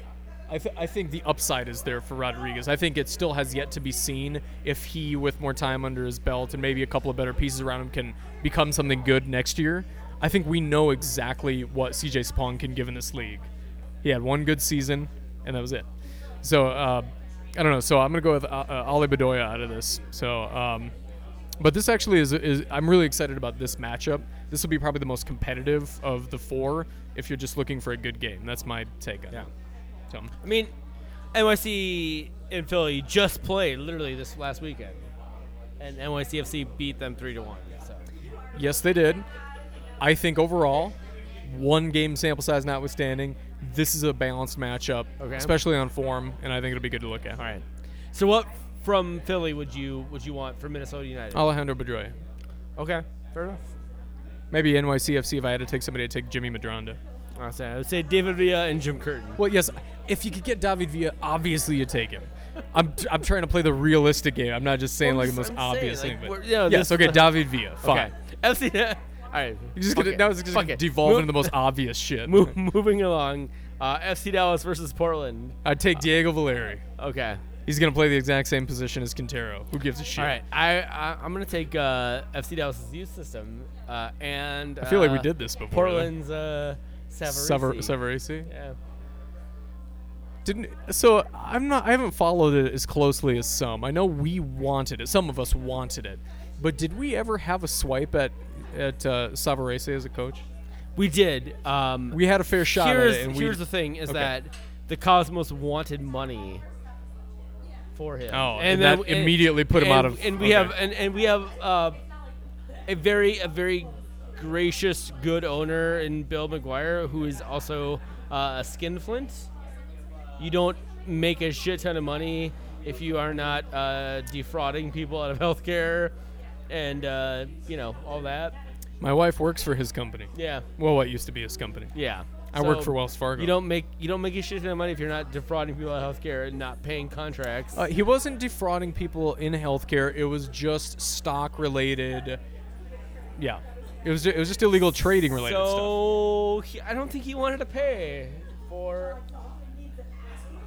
Speaker 1: I, th- I think the upside is there for Rodriguez. I think it still has yet to be seen if he, with more time under his belt and maybe a couple of better pieces around him, can become something good next year. I think we know exactly what CJ Spawn can give in this league. He had one good season, and that was it. So uh, I don't know. So I'm gonna go with uh, uh, Ali Bedoya out of this. So, um, but this actually is, is I'm really excited about this matchup. This will be probably the most competitive of the four if you're just looking for a good game. That's my take on it. So.
Speaker 2: I mean, NYC and Philly just played literally this last weekend, and NYCFC beat them three to one. So
Speaker 1: Yes, they did. I think overall, one game sample size notwithstanding, this is a balanced matchup,
Speaker 2: Okay.
Speaker 1: especially on form, and I think it'll be good to look at.
Speaker 2: all right. So what from Philly would you would you want from Minnesota United?
Speaker 1: Alejandro Bedoya.
Speaker 2: Okay, fair enough.
Speaker 1: Maybe NYCFC. If I had to take somebody, I'd take Jimmy Madronda.
Speaker 2: I would say, I would say David Villa and Jim Curtin.
Speaker 1: Well, yes. If you could get David Villa, obviously you take him. I'm, I'm trying to play the realistic game. I'm not just saying like the most
Speaker 2: I'm saying,
Speaker 1: obvious
Speaker 2: like,
Speaker 1: thing.
Speaker 2: we're-
Speaker 1: But
Speaker 2: yeah,
Speaker 1: yes,
Speaker 2: this-
Speaker 1: okay, David Villa. Fine.
Speaker 2: Okay, FC. All right,
Speaker 1: You're just
Speaker 2: fuck
Speaker 1: gonna,
Speaker 2: it.
Speaker 1: now it's just
Speaker 2: Fuck
Speaker 1: gonna
Speaker 2: it.
Speaker 1: devolve
Speaker 2: Move-
Speaker 1: into the most obvious shit.
Speaker 2: Move, moving along, uh, FC Dallas versus Portland.
Speaker 1: I'd take Diego Valeri.
Speaker 2: Okay.
Speaker 1: He's gonna play the exact same position as Quintero. Who gives a shit?
Speaker 2: All right, I, I I'm gonna take uh, FC Dallas's youth system, uh, and
Speaker 1: I feel like we
Speaker 2: uh,
Speaker 1: did this before.
Speaker 2: Portland's uh,
Speaker 1: Sever-
Speaker 2: Savarese.
Speaker 1: Severese?
Speaker 2: Yeah.
Speaker 1: Didn't so I'm not I haven't followed it as closely as some. I know we wanted it. Some of us wanted it, but did we ever have a swipe at at uh, Savarese as a coach?
Speaker 2: We did. Um,
Speaker 1: We had a fair shot at
Speaker 2: here's
Speaker 1: it. And we-
Speaker 2: here's the thing: is
Speaker 1: Okay.
Speaker 2: that the Cosmos wanted money for him.
Speaker 1: Oh, and that immediately put him
Speaker 2: and-
Speaker 1: out of-
Speaker 2: And we
Speaker 1: okay.
Speaker 2: have and, and we have uh, a very a very gracious, good owner in Bill McGuire, who is also uh, a skinflint. You don't make a shit ton of money if you are not uh, defrauding people out of healthcare, and uh, you know all that.
Speaker 1: my wife works for his company.
Speaker 2: Yeah,
Speaker 1: Well, what used to be his company.
Speaker 2: yeah.
Speaker 1: I work
Speaker 2: So-
Speaker 1: for Wells Fargo.
Speaker 2: you don't make you don't make a shit ton of money if you're not defrauding people out of healthcare and not paying contracts.
Speaker 1: Uh, he wasn't defrauding people in healthcare. It was just stock related. Yeah, it was it was just illegal trading related stuff.
Speaker 2: so he, I don't think he wanted to pay for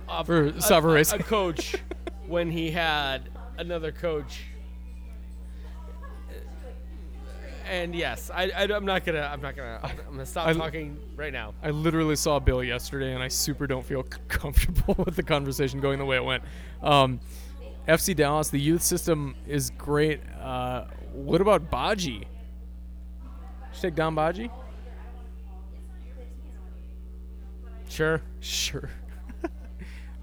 Speaker 2: a,
Speaker 1: For
Speaker 2: a-
Speaker 1: Savarese.
Speaker 2: a coach when he had another coach. And yes, I, I am not gonna I'm not gonna I'm gonna stop
Speaker 1: I-
Speaker 2: talking right now.
Speaker 1: I literally saw Bill yesterday, and I super don't feel c- comfortable with the conversation going the way it went. Um, FC Dallas, the youth system is great. Uh, what about Baji? Did you take Don Baji?
Speaker 2: Sure.
Speaker 1: Sure.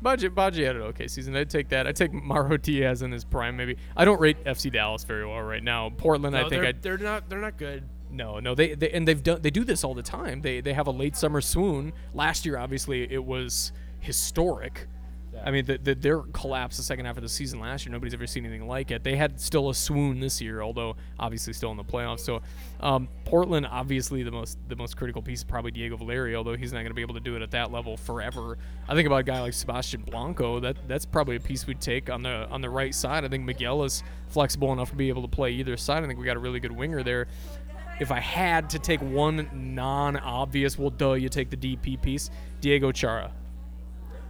Speaker 1: Baji, Baji had an okay season. I'd take that. I'd take Mauro Diaz in his prime, maybe. I don't rate FC Dallas very well right now. Portland, I think
Speaker 2: they're,
Speaker 1: I'd
Speaker 2: they're not they're not good.
Speaker 1: No, no, they, they and they've done they do this all the time. They they have a late summer swoon. Last year, obviously, it was historic. I mean, the, the, their collapse the second half of the season last year, nobody's ever seen anything like it. They had still a swoon this year, although obviously still in the playoffs. So, um, Portland, obviously the most the most critical piece, is probably Diego Valeri, although he's not going to be able to do it at that level forever. I think about a guy like Sebastian Blanco. That that's probably a piece we'd take on the on the right side. I think Miguel is flexible enough to be able to play either side. I think we got a really good winger there if I had to take one non-obvious, well, duh, you take the DP piece, Diego Chara.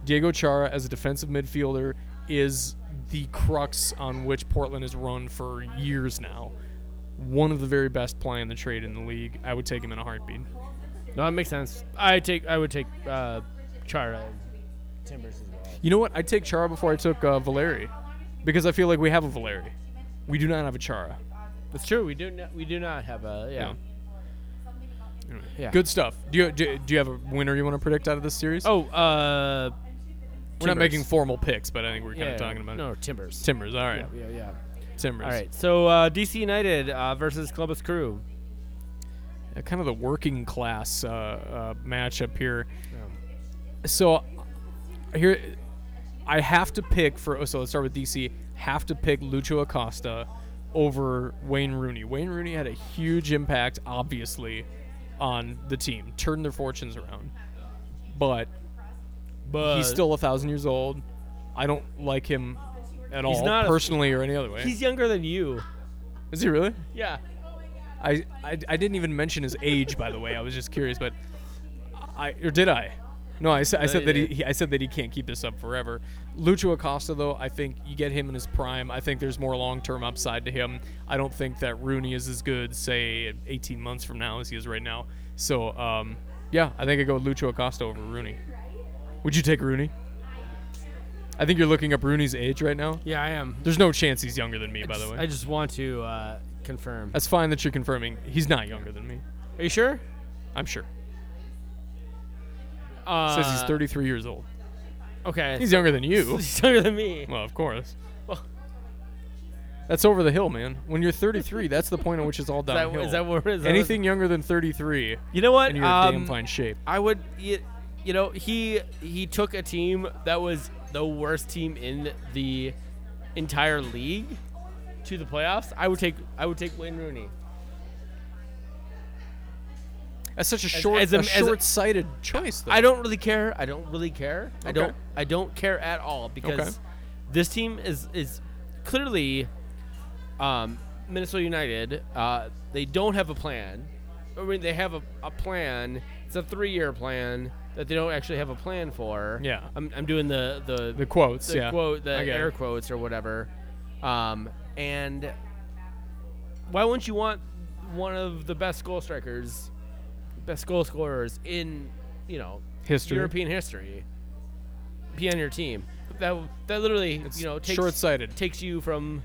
Speaker 1: Diego Chara as a defensive midfielder is the crux on which Portland has run for years now. One of the very best playing the trade in the league. I would take him in a heartbeat.
Speaker 2: No, that makes sense. I take I would take uh, Chara Timbers as well.
Speaker 1: You know what? I'd take Chara before I took uh, Valeri, because I feel like we have a Valeri. We do not have a Chara.
Speaker 2: That's true. We do not. We do not have a yeah.
Speaker 1: Anyway,
Speaker 2: Yeah.
Speaker 1: Good stuff. Do you, do, do you have a winner you want to predict out of this series?
Speaker 2: Oh, uh,
Speaker 1: we're not
Speaker 2: Timbers.
Speaker 1: making formal picks, but I think we're kind
Speaker 2: yeah,
Speaker 1: of talking about it.
Speaker 2: no Timbers.
Speaker 1: Timbers. All right.
Speaker 2: yeah, yeah.
Speaker 1: Timbers.
Speaker 2: All right. So uh, DC United uh, versus Columbus Crew.
Speaker 1: Uh, kind of the working class uh, uh, matchup here. So here, I have to pick for. oh, So let's start with DC. Have to pick Lucho Acosta over Wayne Rooney. Wayne Rooney had a huge impact, obviously, on the team. Turned their fortunes around, but
Speaker 2: But
Speaker 1: he's still a thousand years old. I don't like him at
Speaker 2: He's
Speaker 1: all,
Speaker 2: not a-
Speaker 1: personally or any other way.
Speaker 2: he's younger than you.
Speaker 1: Is he really?
Speaker 2: Yeah.
Speaker 1: I, I I didn't even mention his age, by the way. I was just curious, but I or did I? No, I, sa- I said
Speaker 2: you
Speaker 1: that he,
Speaker 2: did.
Speaker 1: he I said that he can't keep this up forever. Lucho Acosta, though, I think you get him in his prime. I think there's more long-term upside to him. I don't think that Rooney is as good, say, 18 months from now as he is right now. So, um, yeah, I think I go with Lucho Acosta over Rooney. Would you take Rooney? I think you're looking up Rooney's age right now.
Speaker 2: Yeah, I am.
Speaker 1: There's no chance he's younger than me, by the way.
Speaker 2: I just want to uh, confirm.
Speaker 1: That's fine that you're confirming. He's not younger than me.
Speaker 2: Are you sure?
Speaker 1: I'm sure.
Speaker 2: Uh,
Speaker 1: Says he's 33 years old.
Speaker 2: Okay.
Speaker 1: He's younger than you.
Speaker 2: he's younger than me.
Speaker 1: Well, of course.
Speaker 2: Well-
Speaker 1: That's over the hill, man. When you're 33, that's the point at which it's all
Speaker 2: that-
Speaker 1: downhill.
Speaker 2: is that where- is that-
Speaker 1: Anything younger than 33,
Speaker 2: You know what?
Speaker 1: and you're in
Speaker 2: Um,
Speaker 1: damn fine shape.
Speaker 2: I would, you, you know, he he took a team that was the worst team in the entire league to the playoffs, I would take I would take Wayne Rooney.
Speaker 1: That's such a
Speaker 2: As-
Speaker 1: short,
Speaker 2: as a-
Speaker 1: a,
Speaker 2: as a-
Speaker 1: short-sighted choice. Though.
Speaker 2: I don't really care. I don't really care. I
Speaker 1: Okay.
Speaker 2: don't I don't care at all because
Speaker 1: Okay.
Speaker 2: this team is is clearly um, Minnesota United. Uh, they don't have a plan. I mean, they have a, a plan. It's a three-year plan that they don't actually have a plan for.
Speaker 1: Yeah.
Speaker 2: I'm, I'm doing the the
Speaker 1: The quotes,
Speaker 2: the
Speaker 1: yeah.
Speaker 2: quote, the
Speaker 1: I get it.
Speaker 2: air quotes or whatever. Um, and why wouldn't you want one of the best goal strikers, best goal scorers in you know
Speaker 1: History.
Speaker 2: European history, be on your team? That that literally
Speaker 1: It's
Speaker 2: you know takes,
Speaker 1: short-sighted.
Speaker 2: takes you from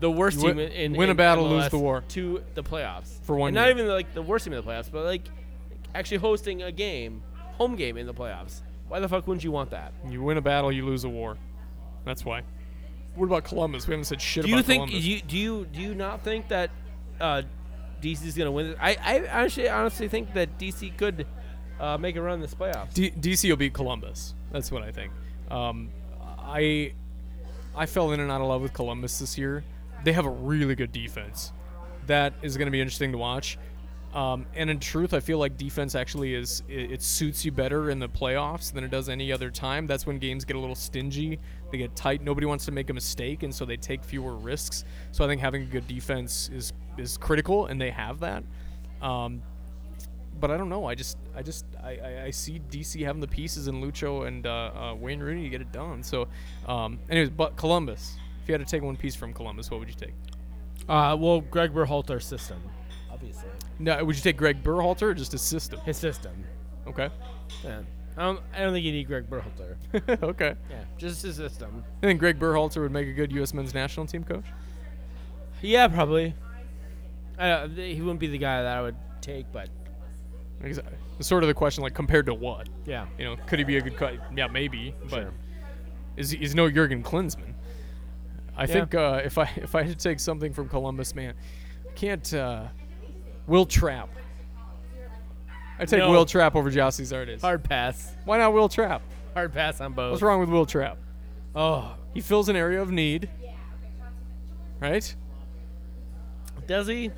Speaker 2: the worst
Speaker 1: You
Speaker 2: team
Speaker 1: win-
Speaker 2: in, in
Speaker 1: win a
Speaker 2: in
Speaker 1: battle, lose
Speaker 2: MLS
Speaker 1: the war.
Speaker 2: to the playoffs
Speaker 1: For one
Speaker 2: And
Speaker 1: year.
Speaker 2: Not even like the worst team in the playoffs, but like actually hosting a game, home game in the playoffs. Why the fuck wouldn't you want that?
Speaker 1: You win a battle, you lose a war. That's why. What about Columbus? We haven't said shit
Speaker 2: Do
Speaker 1: about
Speaker 2: you think
Speaker 1: Columbus.
Speaker 2: you do you do you not think that uh, DC is gonna win? This? I I actually honestly think that DC could uh, make a run this playoffs.
Speaker 1: D- DC will beat Columbus. That's what I think. Um, I I fell in and out of love with Columbus this year. They have a really good defense. That is going to be interesting to watch. Um, and in truth, I feel like defense actually is it, it suits you better in the playoffs than it does any other time. That's when games get a little stingy, they get tight. Nobody wants to make a mistake, and so they take fewer risks. So I think having a good defense is is critical, and they have that. Um, but I don't know. I just, I just, I, I, I see DC having the pieces in Lucho and uh, uh, Wayne Rooney to get it done. So, um, anyways, but Columbus. If you had to take one piece from Columbus, what would you take?
Speaker 3: Uh, well, Greg Berhalter system, obviously
Speaker 1: No, would you take Greg Berhalter or just his system?
Speaker 3: his system.
Speaker 1: Okay,
Speaker 2: Yeah. I don't I don't think you need Greg Berhalter.
Speaker 1: okay.
Speaker 2: yeah, just his system.
Speaker 1: I think Greg Berhalter would make a good U.S. men's national team coach.
Speaker 2: Yeah, probably. I don't, he wouldn't be the guy that I would take, but
Speaker 1: Like, is- It's uh, sort of the question, like compared to what?
Speaker 2: yeah.
Speaker 1: You know, could he be a good coach? Yeah, maybe. But
Speaker 2: Sure.
Speaker 1: is he, he's no Jurgen Klinsmann? I
Speaker 2: Yeah.
Speaker 1: think uh, if I if I had to take something from Columbus, man, I can't. Uh, Will Trap. I take
Speaker 2: No.
Speaker 1: Will Trap over Jossie Zardes.
Speaker 2: Hard pass.
Speaker 1: Why not Will Trap?
Speaker 2: Hard pass on both.
Speaker 1: What's wrong with Will Trap?
Speaker 2: Oh,
Speaker 1: He fills an area of need, right?
Speaker 2: does he?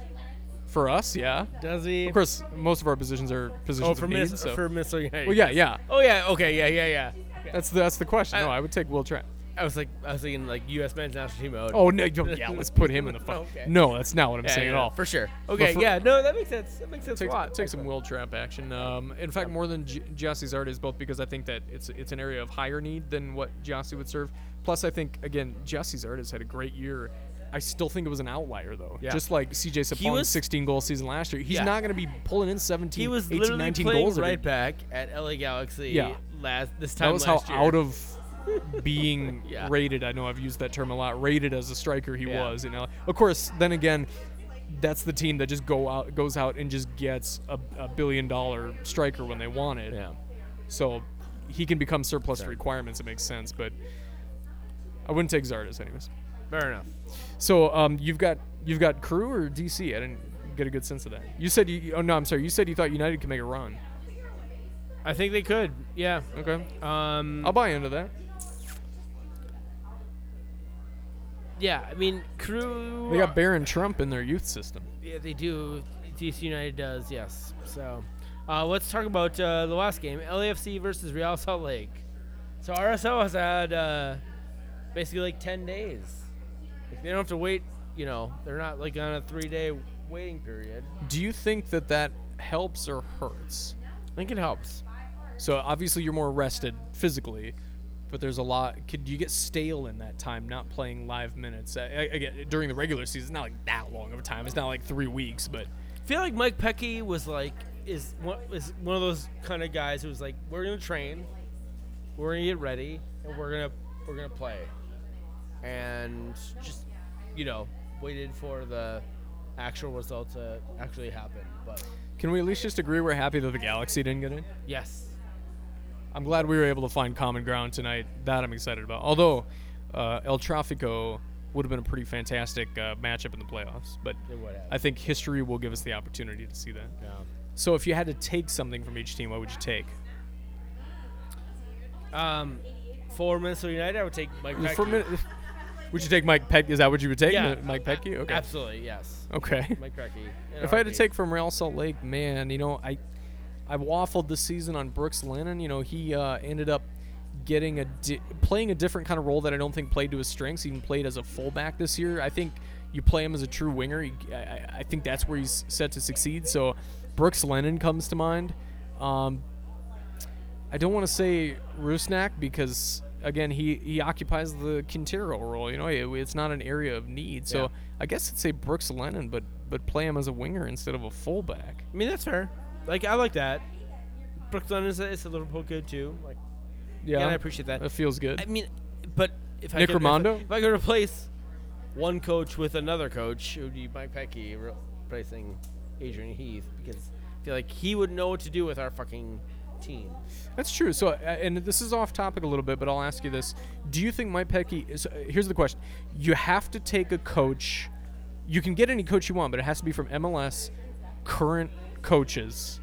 Speaker 1: For us, yeah.
Speaker 2: Does he?
Speaker 1: Of course, most of our positions are positions
Speaker 2: Oh, for
Speaker 1: of need.
Speaker 2: Miss
Speaker 1: so-
Speaker 2: for Mr. United.
Speaker 1: well, yeah, yeah.
Speaker 2: Oh yeah. Okay. Yeah. Yeah. Yeah. Okay.
Speaker 1: That's the that's the question. no,
Speaker 2: I-
Speaker 1: I would take Will Trap.
Speaker 2: I was like, I was thinking like U.S. men's national team mode.
Speaker 1: Oh no, yeah. Let's put him in the fuck.
Speaker 2: Okay.
Speaker 1: No, that's not what I'm
Speaker 2: yeah,
Speaker 1: saying
Speaker 2: yeah,
Speaker 1: at all.
Speaker 2: for sure. Okay,
Speaker 1: for-
Speaker 2: yeah, no, that makes sense. That makes sense
Speaker 1: take,
Speaker 2: a lot.
Speaker 1: take some will trap action. Um, in fact, more than J- Jossie's art is both because I think that it's it's an area of higher need than what Jossie would serve. Plus, I think again Jossie's art has had a great year. I still think it was an outlier though.
Speaker 2: Yeah.
Speaker 1: Just like CJ
Speaker 2: was-
Speaker 1: Sapon's 16 goal season last year, he's
Speaker 2: Yeah.
Speaker 1: not going to be pulling in 17,
Speaker 2: He was
Speaker 1: 18,
Speaker 2: literally
Speaker 1: 19
Speaker 2: playing
Speaker 1: goals. every-
Speaker 2: right back at LA Galaxy.
Speaker 1: Yeah.
Speaker 2: last this time
Speaker 1: that was how
Speaker 2: last year.
Speaker 1: out of being
Speaker 2: Yeah.
Speaker 1: rated. I know I've used that term a lot. Rated as a striker, he
Speaker 2: Yeah.
Speaker 1: was. You know, of course. Then again, that's the team that just go out, goes out and just gets a, a billion dollar striker when they want it.
Speaker 2: yeah.
Speaker 1: So he can become surplus to
Speaker 2: Sorry.
Speaker 1: requirements. It makes sense, but I wouldn't take Zardes anyways.
Speaker 2: Fair enough.
Speaker 1: So um, you've got you've got crew or DC. I didn't get a good sense of that. You said you. Oh no, I'm sorry. You said you thought United could make a run.
Speaker 2: I think they could. Yeah.
Speaker 1: Okay,
Speaker 2: Um.
Speaker 1: I'll buy into that.
Speaker 2: yeah. I mean, crew.
Speaker 1: They got Baron Trump in their youth system.
Speaker 2: Yeah, they do. DC United does. Yes. So, uh, let's talk about uh, the last game: LAFC versus Real Salt Lake. So RSL has had uh, basically like ten days. Like, they don't have to wait. You know, they're not like on a three-day waiting period.
Speaker 1: Do you think that that helps or hurts?
Speaker 2: I think it helps.
Speaker 1: So obviously you're more rested physically, but there's a lot. Could you get stale in that time not playing live minutes? I, I, I get- during the regular season, it's not like that long of a time. It's not like three weeks, but
Speaker 2: I feel like Mike Pecky was like is one, is one of those kind of guys who was like, we're gonna train, we're gonna get ready, and we're gonna we're gonna play, and just you know waited for the actual result to actually happen. But
Speaker 1: can we at least just agree we're happy that the Galaxy didn't get in?
Speaker 2: yes,
Speaker 1: I'm glad we were able to find common ground tonight. That I'm excited about. Although uh, El Trafico would have been a pretty fantastic uh, matchup in the playoffs, but
Speaker 2: it would have.
Speaker 1: I think history will give us the opportunity to see that. So if you had to take something from each team, what would you take?
Speaker 2: Um, for Minnesota United, I would take Mike
Speaker 1: For
Speaker 2: Petke.
Speaker 1: min- would you take Mike Petke? Is that what you would take?
Speaker 2: Yeah,
Speaker 1: Mi- Mike Petke? Okay.
Speaker 2: Absolutely, yes.
Speaker 1: Okay.
Speaker 2: Mike Petke.
Speaker 1: If I
Speaker 2: in a
Speaker 1: had to
Speaker 2: heartbeat.
Speaker 1: take from Real Salt Lake, man, you know, I I waffled this season on Brooks Lennon. You know, he uh, ended up getting a di- playing a different kind of role that I don't think played to his strengths. He even played as a fullback this year. I think you play him as a true winger. He, I- I, I think that's where he's set to succeed. So Brooks Lennon comes to mind. Um, I don't want to say Rusnak because again he, he occupies the Quintero role. You know, it, it's not an area of need. So
Speaker 5: Yeah.
Speaker 1: I guess I'd say Brooks Lennon, but but play him as a winger instead of a fullback.
Speaker 2: I mean, that's fair. Like, I like that. Brooklyn is a, is a Liverpool kid too. Like, yeah, I appreciate that.
Speaker 1: That feels good.
Speaker 2: I mean, but if I
Speaker 1: Nick
Speaker 2: could, if I-
Speaker 1: Romando?
Speaker 2: if, I could replace one coach with another coach, it would be Mike Pecky replacing Adrian Heath because I feel like he would know what to do with our fucking team.
Speaker 1: That's true. So, uh, and this is off topic a little bit, but I'll ask you this: Do you think Mike Pecky is? uh, Here's the question: You have to take a coach. You can get any coach you want, but it has to be from MLS current coaches.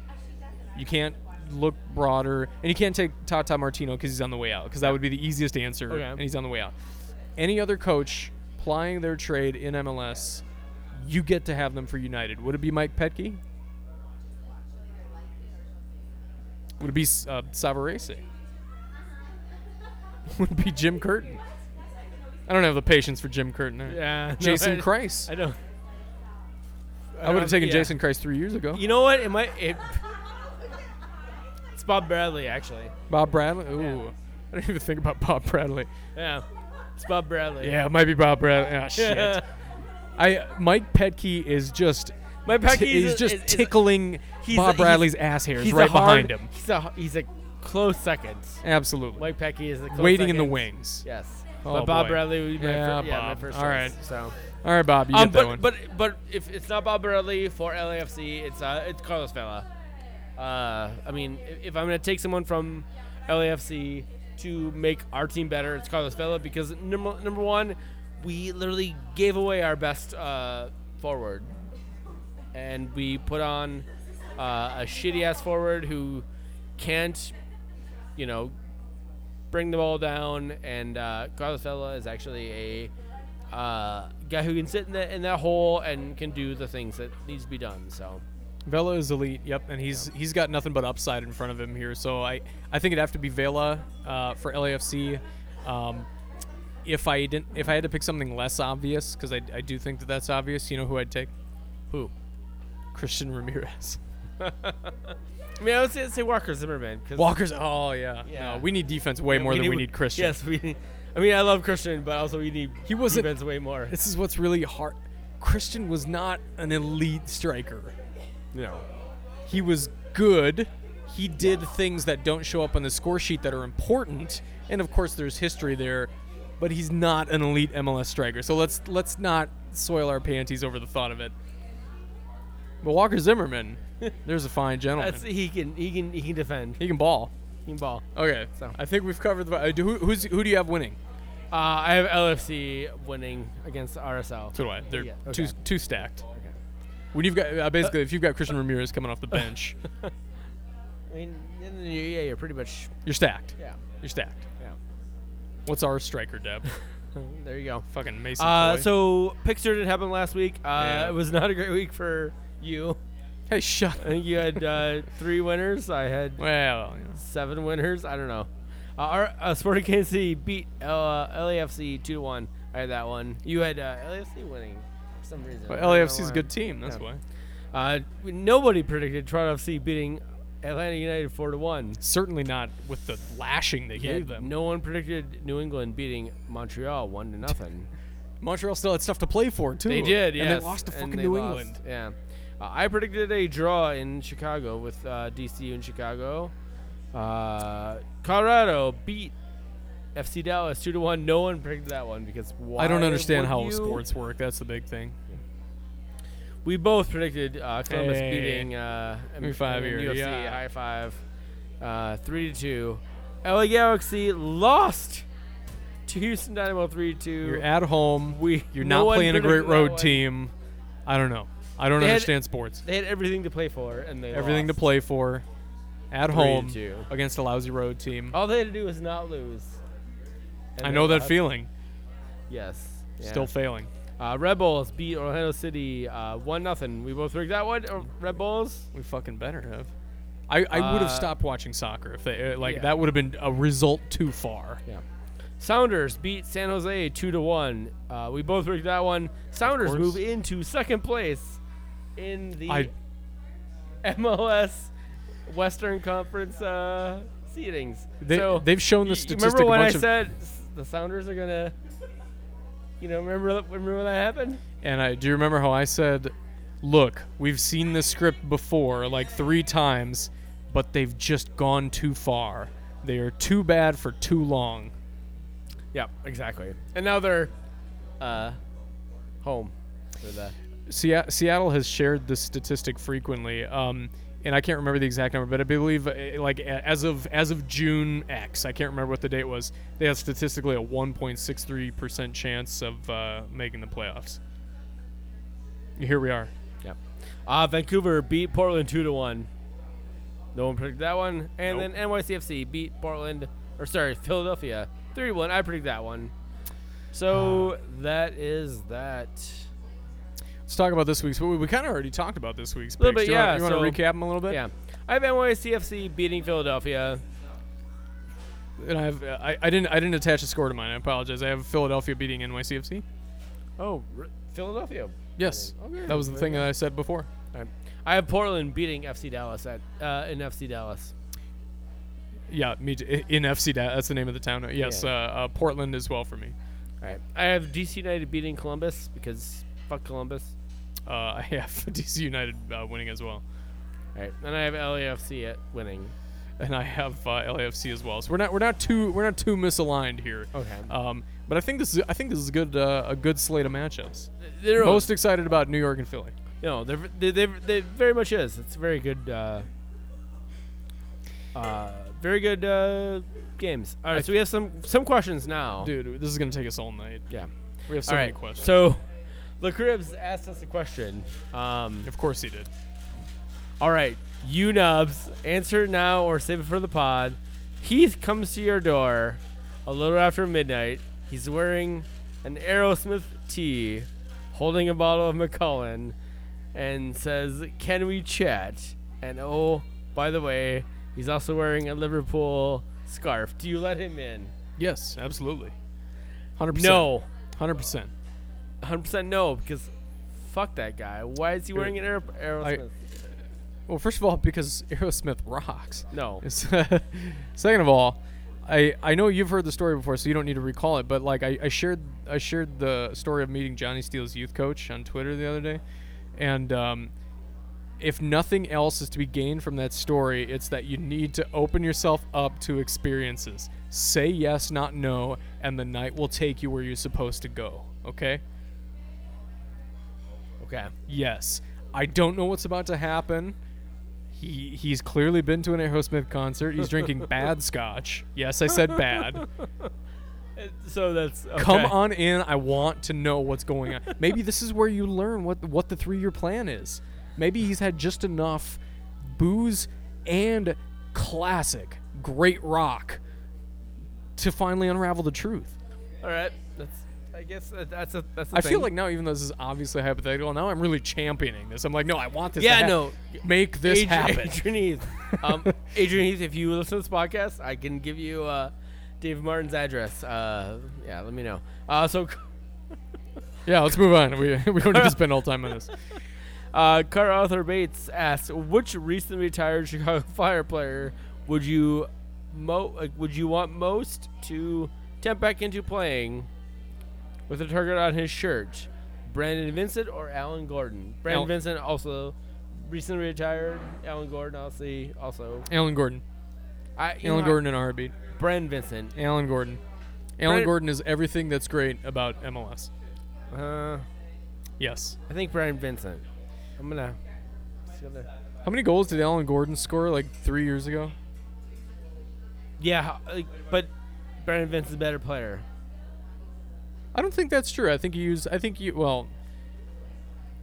Speaker 1: You can't look broader, and you can't take Tata Martino because he's on the way out. Because that would be the easiest answer,
Speaker 2: Okay.
Speaker 1: and he's on the way out. Any other coach plying their trade in MLS, you get to have them for United. Would it be Mike Petke? Would it be uh, Savarese? Would it be Jim Curtin? I don't have the patience for Jim Curtin. I-
Speaker 2: Yeah,
Speaker 1: Jason Christ.
Speaker 2: I don't.
Speaker 1: I, would have taken
Speaker 2: yeah.
Speaker 1: Jason Christ three years ago.
Speaker 2: You know what? It might. It, it's Bob Bradley actually.
Speaker 1: Bob Bradley. Ooh, I didn't even think about Bob Bradley.
Speaker 2: Yeah, it's Bob Bradley.
Speaker 1: Yeah, it might be Bob Bradley. Ah, shit. I Mike Petke is just
Speaker 2: Mike Petke
Speaker 1: t-
Speaker 2: is
Speaker 1: is
Speaker 2: a-
Speaker 1: just
Speaker 2: is- is a-
Speaker 1: tickling
Speaker 2: he's a-
Speaker 1: Bob
Speaker 2: he's-
Speaker 1: Bradley's ass hairs
Speaker 2: he's a
Speaker 1: right
Speaker 2: hard-
Speaker 1: behind him.
Speaker 2: He's a he's a close second.
Speaker 1: Absolutely.
Speaker 2: Mike Pecky is the close
Speaker 1: Waiting in the
Speaker 2: second.
Speaker 1: wings.
Speaker 2: Yes.
Speaker 1: Oh,
Speaker 2: but Bob
Speaker 1: boy.
Speaker 2: Bradley would be my,
Speaker 1: Yeah,
Speaker 2: fir- yeah, my
Speaker 1: Bob.
Speaker 2: first
Speaker 1: All
Speaker 2: choice,
Speaker 1: right.
Speaker 2: So.
Speaker 1: All right, Bob, you
Speaker 2: Um,
Speaker 1: get
Speaker 2: but,
Speaker 1: that one.
Speaker 2: but but if it's not Bob Bradley for LAFC, it's uh, it's Carlos Vela. Uh, I mean, i- if I'm gonna take someone from LAFC to make our team better, it's Carlos Vela because number number one, we literally gave away our best uh, forward, and we put on uh, a shitty ass forward who can't, you know, bring the ball down. And uh, Carlos Vela is actually a uh, guy who can sit in that in that hole and can do the things that needs to be done. So
Speaker 1: Vela is elite. Yep, and he's he's got nothing but upside in front of him here. So I I think it'd have to be Vela uh, for LAFC. Um, if I didn't, if I had to pick something less obvious, because I, I do think that that's obvious. You know who I'd take?
Speaker 2: who?
Speaker 1: Christian Ramirez.
Speaker 2: I mean, I would say, say Walker Zimmerman. 'cause-
Speaker 1: Walker's. Oh yeah.
Speaker 2: Yeah.
Speaker 1: No, we need defense way
Speaker 2: Yeah,
Speaker 1: more than we need Christian.
Speaker 2: Yes, we. Need, I mean, I love Christian, but also we need
Speaker 1: He wasn't-
Speaker 2: defense way more.
Speaker 1: This is what's really hard. Christian was not an elite striker.
Speaker 2: No.
Speaker 1: he was good. He did things that don't show up on the score sheet that are important, and of course there's history there, but he's not an elite MLS striker. So let's let's not soil our panties over the thought of it. But Walker Zimmerman, there's a fine gentleman.
Speaker 2: That's, he can he can he can defend. He
Speaker 1: he can ball.
Speaker 2: can ball.
Speaker 1: Okay,
Speaker 2: So-
Speaker 1: I think we've covered the. Uh, do- who, who's, who do you have winning?
Speaker 2: Uh, I have LFC winning against RSL.
Speaker 1: So do I. They're
Speaker 2: Yeah,
Speaker 1: two
Speaker 2: okay.
Speaker 1: two stacked. When you've got uh, basically, if you've got Christian Ramirez coming off the bench,
Speaker 2: I mean, yeah, yeah, you're pretty much
Speaker 1: you're stacked.
Speaker 2: yeah
Speaker 1: You're stacked.
Speaker 2: yeah.
Speaker 1: What's our striker, Deb?
Speaker 2: There you go.
Speaker 1: Fucking Mason.
Speaker 2: Uh,
Speaker 1: Toy.
Speaker 2: so picture didn't happen last week. Uh,
Speaker 1: Yeah.
Speaker 2: It was not a great week for you.
Speaker 1: hey, shut.
Speaker 2: I think you had uh, three winners. I had
Speaker 1: Well, you know.
Speaker 2: seven winners. I don't know. Uh, our uh, Sporting Kansas City beat uh, LAFC two one. I had that one. You had uh, LAFC winning for some reason. I
Speaker 1: but
Speaker 2: don't know
Speaker 1: LAFC's a
Speaker 2: why.
Speaker 1: good team. That's
Speaker 2: Yeah.
Speaker 1: why.
Speaker 2: Uh, nobody predicted Toronto FC beating Atlanta United four to one.
Speaker 1: Certainly not with the lashing they gave them.
Speaker 2: No one predicted New England beating Montreal one to nothing.
Speaker 1: Montreal still had stuff to play for too.
Speaker 2: They did,
Speaker 1: and
Speaker 2: yes.
Speaker 1: they lost to
Speaker 2: and
Speaker 1: fucking
Speaker 2: they
Speaker 1: New
Speaker 2: lost,
Speaker 1: England.
Speaker 2: Yeah. Uh, I predicted a draw in Chicago with uh, DCU in Chicago. Uh, Colorado beat FC Dallas 2 to 1. No one predicted that one because why
Speaker 1: I don't understand
Speaker 2: would
Speaker 1: how
Speaker 2: you?
Speaker 1: sports work. That's the big thing.
Speaker 2: We both predicted uh, Columbus
Speaker 1: Hey.
Speaker 2: beating uh,
Speaker 1: me five
Speaker 2: I mean,
Speaker 1: here,
Speaker 2: UFC
Speaker 1: yeah.
Speaker 2: high five uh, 3 to 2. LA Galaxy lost to Houston Dynamo 3 to 2.
Speaker 1: You're at home.
Speaker 2: we
Speaker 1: You're
Speaker 2: no
Speaker 1: not
Speaker 2: one
Speaker 1: playing a
Speaker 2: predicted
Speaker 1: great
Speaker 2: that
Speaker 1: road
Speaker 2: one.
Speaker 1: team. I don't know. I don't
Speaker 2: They had-
Speaker 1: understand sports.
Speaker 2: They had everything to play for, and they
Speaker 1: Everything to
Speaker 2: lost.
Speaker 1: play for, at
Speaker 2: Three to
Speaker 1: home
Speaker 2: two.
Speaker 1: against a lousy road team.
Speaker 2: All they had to do was not lose.
Speaker 1: I know that
Speaker 6: uh,
Speaker 1: feeling.
Speaker 6: Yes. yeah.
Speaker 1: Still failing.
Speaker 6: Uh, Red Bulls beat Orlando City uh, one nothing. We both rigged that
Speaker 2: uh,
Speaker 6: one. Or Red Bulls.
Speaker 1: We fucking better have. I, I would
Speaker 6: Uh,
Speaker 1: have stopped watching soccer if they uh, like
Speaker 6: yeah.
Speaker 1: that would have been a result too far.
Speaker 6: Yeah.
Speaker 2: Sounders beat San Jose two to one. Uh, we both rigged that one. Sounders
Speaker 1: course.
Speaker 2: move into second place in the
Speaker 1: I
Speaker 2: MLS Western Conference uh, seedings.
Speaker 1: they,
Speaker 2: so
Speaker 1: they've shown
Speaker 2: y-
Speaker 1: the
Speaker 2: you
Speaker 1: statistic.
Speaker 2: remember
Speaker 1: a
Speaker 2: when I
Speaker 1: bunch of,
Speaker 2: said s- the Sounders are gonna, you know, remember remember when that happened?
Speaker 1: and I do you remember how I said, "Look, we've seen this script before like three times, but they've just gone too far. They are too bad for too long."
Speaker 2: Yeah, exactly. And now they're uh, home for the
Speaker 1: Sea- Seattle has shared this statistic frequently, um, and I can't remember the exact number, but I believe uh, like a- as of as of June X, I can't remember what the date was. They had statistically a 1.63 percent chance of uh, making the playoffs. Here we are.
Speaker 2: Yep. Uh, Vancouver beat Portland two to one. No one predicted that one. And
Speaker 1: Nope.
Speaker 2: then NYCFC beat Portland, or sorry, Philadelphia three to one. I predict that one. So that is that.
Speaker 1: Let's talk about this week's. We, we kind of already talked about this week's.
Speaker 2: Little
Speaker 1: picks.
Speaker 2: bit,
Speaker 1: Do you wanna-
Speaker 2: yeah,
Speaker 1: You want to
Speaker 2: so-
Speaker 1: recap them a little bit?
Speaker 2: Yeah, I have NYCFC beating Philadelphia.
Speaker 1: And I have. I, I didn't. I didn't attach a score to mine. I apologize. I have Philadelphia beating NYCFC.
Speaker 2: Oh, r- Philadelphia.
Speaker 1: Yes,
Speaker 2: Okay.
Speaker 1: that was the thing that I said before.
Speaker 2: I have Portland beating FC Dallas at uh, in FC Dallas.
Speaker 1: Yeah, me too. I- In FC, Da- that's the name of the town. Yes,
Speaker 2: Yeah.
Speaker 1: uh, uh, Portland as well for me.
Speaker 2: All right. I have DC United beating Columbus because fuck Columbus.
Speaker 1: Uh, I have DC United uh, winning as well,
Speaker 2: All right. And I have LAFC at winning.
Speaker 1: and I have uh, LAFC as well. So we're not we're not too we're not too misaligned here.
Speaker 2: Okay.
Speaker 1: Um, but I think this is I think this is a good uh, a good slate of matchups.
Speaker 2: They're
Speaker 1: Most excited about New York and Philly.
Speaker 2: No, they're, they they they very much is. It's a very good, uh, uh, very good uh, games. All right, so we have some some questions now.
Speaker 1: Dude, this is gonna take us all night.
Speaker 2: Yeah.
Speaker 1: We have so
Speaker 2: All
Speaker 1: many
Speaker 2: right.
Speaker 1: questions.
Speaker 2: So, the cribs asked us a question. Um,
Speaker 1: of course he did.
Speaker 2: all right, you nubs, answer now or save it for the pod. Heath comes to your door a little after midnight. He's wearing an Aerosmith tee, holding a bottle of McCullen, and says, "Can we chat?" And oh, by the way, he's also wearing a Liverpool scarf. Do you let him in?
Speaker 1: Yes, absolutely. Hundred percent.
Speaker 2: No,
Speaker 1: Hundred percent.
Speaker 2: 100% no, because fuck that guy. Why is he wearing an Aer- Aerosmith?
Speaker 1: Well, first of all, because Aerosmith rocks.
Speaker 2: no.
Speaker 1: It's- Second of all, I I know you've heard the story before, so you don't need to recall it. But like I, I shared I shared the story of meeting Johnny Steele's youth coach on Twitter the other day, and um, if nothing else is to be gained from that story, it's that you need to open yourself up to experiences. Say yes, not no, and the night will take you where you're supposed to go. Okay.
Speaker 2: Okay.
Speaker 1: Yes. I don't know what's about to happen. He he's clearly been to an Aerosmith concert. He's drinking bad scotch. Yes, I said bad.
Speaker 2: So that's okay.
Speaker 1: Come on in. I want to know what's going on. Maybe this is where you learn what what the three year plan is. Maybe he's had just enough booze and classic great rock to finally unravel the truth.
Speaker 2: All right, that's. I guess that, that's a that's. A
Speaker 1: I feel like now, even though this is obviously hypothetical, now I'm really championing this. I'm like, no, I want this.
Speaker 2: Yeah,
Speaker 1: to hap-
Speaker 2: no.
Speaker 1: Make this
Speaker 2: Adrian,
Speaker 1: happen.
Speaker 2: Adrian Heath. Um, Adrian Heath, if you listen to this podcast, I can give you uh, Dave Martin's address. Uh, yeah, let me know. Uh, so,
Speaker 1: Yeah, let's move on. We, we don't need to spend all time on this.
Speaker 2: uh, Car Arthur Bates asks, which recently retired Chicago Fire player would you mo- like, would you want most to tempt back into playing with a target on his shirt? Brandon Vincent or Alan Gordon? Brandon
Speaker 1: Al-
Speaker 2: Vincent also recently retired. Alan Gordon obviously also
Speaker 1: Alan Gordon.
Speaker 2: I, you
Speaker 1: Alan
Speaker 2: know,
Speaker 1: Gordon in a heartbeat.
Speaker 2: Brandon Vincent.
Speaker 1: Alan Gordon. Alan
Speaker 2: Brandon-
Speaker 1: Gordon is everything that's great about MLS.
Speaker 2: Uh,
Speaker 1: Yes.
Speaker 2: I think Brandon Vincent. I'm gonna.
Speaker 1: How many goals did Alan Gordon score like three years ago?
Speaker 2: Yeah, like, but Brandon Vincent's a better player.
Speaker 1: I don't think that's true. I think he used. I think you. Well,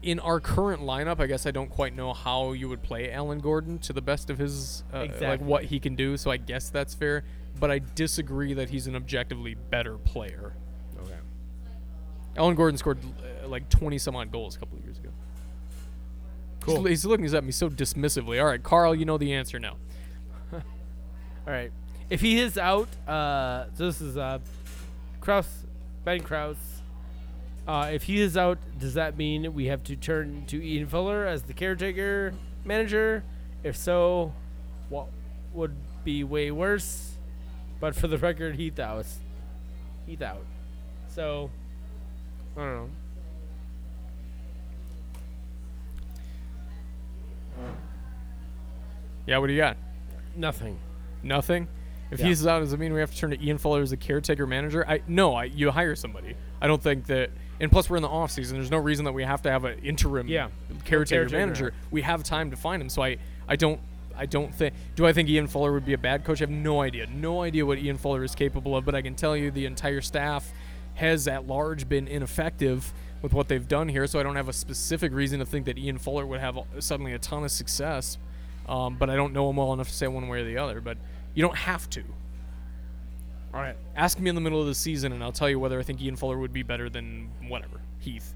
Speaker 1: in our current lineup, I guess I don't quite know how you would play Alan Gordon to the best of his uh, like
Speaker 2: Exactly.
Speaker 1: what he can do. So I guess that's fair, but I disagree that he's an objectively better player.
Speaker 7: Okay.
Speaker 1: Alan Gordon scored uh, like 20 some odd goals a couple of years ago. Cool. He's, he's looking at me so dismissively. All right, Carl, you know the answer now.
Speaker 2: All right. If he is out, uh, so this is uh, Kraus, Ben Kraus. Uh, if he is out, does that mean we have to turn to Ian Fuller as the caretaker manager? If so, what would be way worse? But for the record, Heath out. Heath out. So, I don't know.
Speaker 1: Yeah, what do you got?
Speaker 2: Nothing.
Speaker 1: Nothing. If
Speaker 2: Yeah.
Speaker 1: he's out, does it mean we have to turn to Ian Fuller as the caretaker manager? I no, I you hire somebody. I don't think that. And plus, we're in the off season. There's no reason that we have to have an interim
Speaker 2: Yeah.
Speaker 1: caretaker,
Speaker 2: Caretaker.
Speaker 1: manager. We have time to find him. So I, I don't, I don't think. Do I think Ian Fuller would be a bad coach? I have no idea. No idea what Ian Fuller is capable of. But I can tell you, the entire staff has at large been ineffective with what they've done here. So I don't have a specific reason to think that Ian Fuller would have suddenly a ton of success. Um, but I don't know him well enough to say one way or the other. But you don't have to.
Speaker 2: All right.
Speaker 1: Ask me in the middle of the season, and I'll tell you whether I think Ian Fuller would be better than whatever Heath.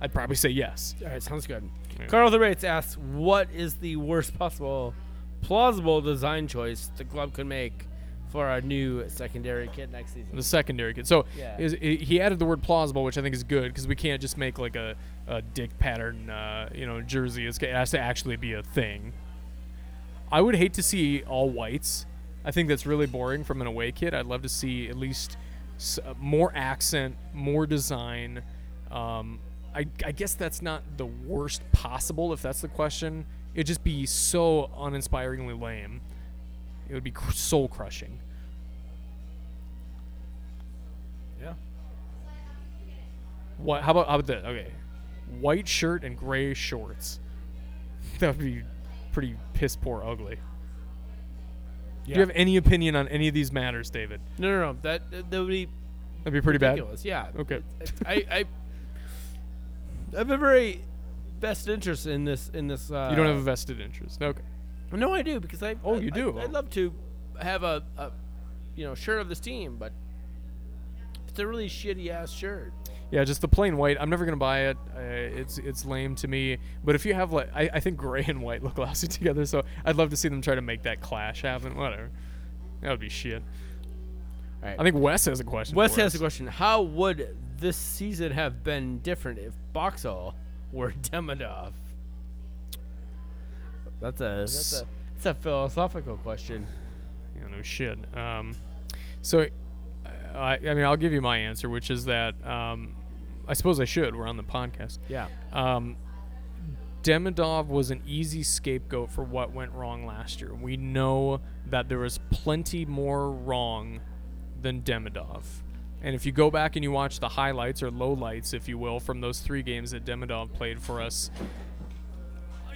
Speaker 1: I'd probably say yes.
Speaker 2: All right, sounds good.
Speaker 1: Yeah.
Speaker 2: Carl the Rates asks, "What is the worst possible, plausible design choice the club could make for our new secondary kit next season?"
Speaker 1: The secondary kid. So
Speaker 2: Yeah.
Speaker 1: is, i he added the word plausible, which I think is good because we can't just make like a, a dick pattern, uh, you know, jersey. It's, it has to actually be a thing. I would hate to see all whites. I think that's really boring from an away kit. I'd love to see at least s- uh, more accent, more design. Um, I, I guess that's not the worst possible, if that's the question. It'd just be so uninspiringly lame. It would be cr- soul crushing.
Speaker 2: Yeah.
Speaker 1: What? How about how about this? Okay, white shirt and gray shorts. That would be pretty piss poor ugly. Do you have any opinion on any of these matters, David?
Speaker 2: No, no, no. That that would be
Speaker 1: That'd be pretty
Speaker 2: ridiculous. Yeah.
Speaker 1: bad. Okay.
Speaker 2: It's- I, I, I have a very best interest in this in this. Uh,
Speaker 1: You don't have a vested interest. Okay.
Speaker 2: No, I do because I.
Speaker 1: Oh,
Speaker 2: I-
Speaker 1: you
Speaker 2: I-
Speaker 1: do?
Speaker 2: I'd love to have a, a, you know, shirt of this team, but it's a really shitty ass shirt.
Speaker 1: Yeah, just the plain white. I'm never gonna buy it. Uh, it's it's lame to me. But if you have like, I, I think gray and white look lousy together. So I'd love to see them try to make that clash happen. Whatever. That would be shit.
Speaker 2: Alright.
Speaker 1: I think Wes has a question.
Speaker 2: Wes
Speaker 1: for
Speaker 2: has a
Speaker 1: us.
Speaker 2: question. How would this season have been different if Boxall were Demidov? That's a that's a, that's a philosophical question.
Speaker 1: you know, no shit. Um, so, I, I mean, I'll give you my answer, which is that um, I suppose I should. We're on the podcast.
Speaker 2: Yeah.
Speaker 1: Um, Demidov was an easy scapegoat for what went wrong last year. We know that there was plenty more wrong than Demidov. And if you go back and you watch the highlights or lowlights, if you will, from those three games that Demidov played for us,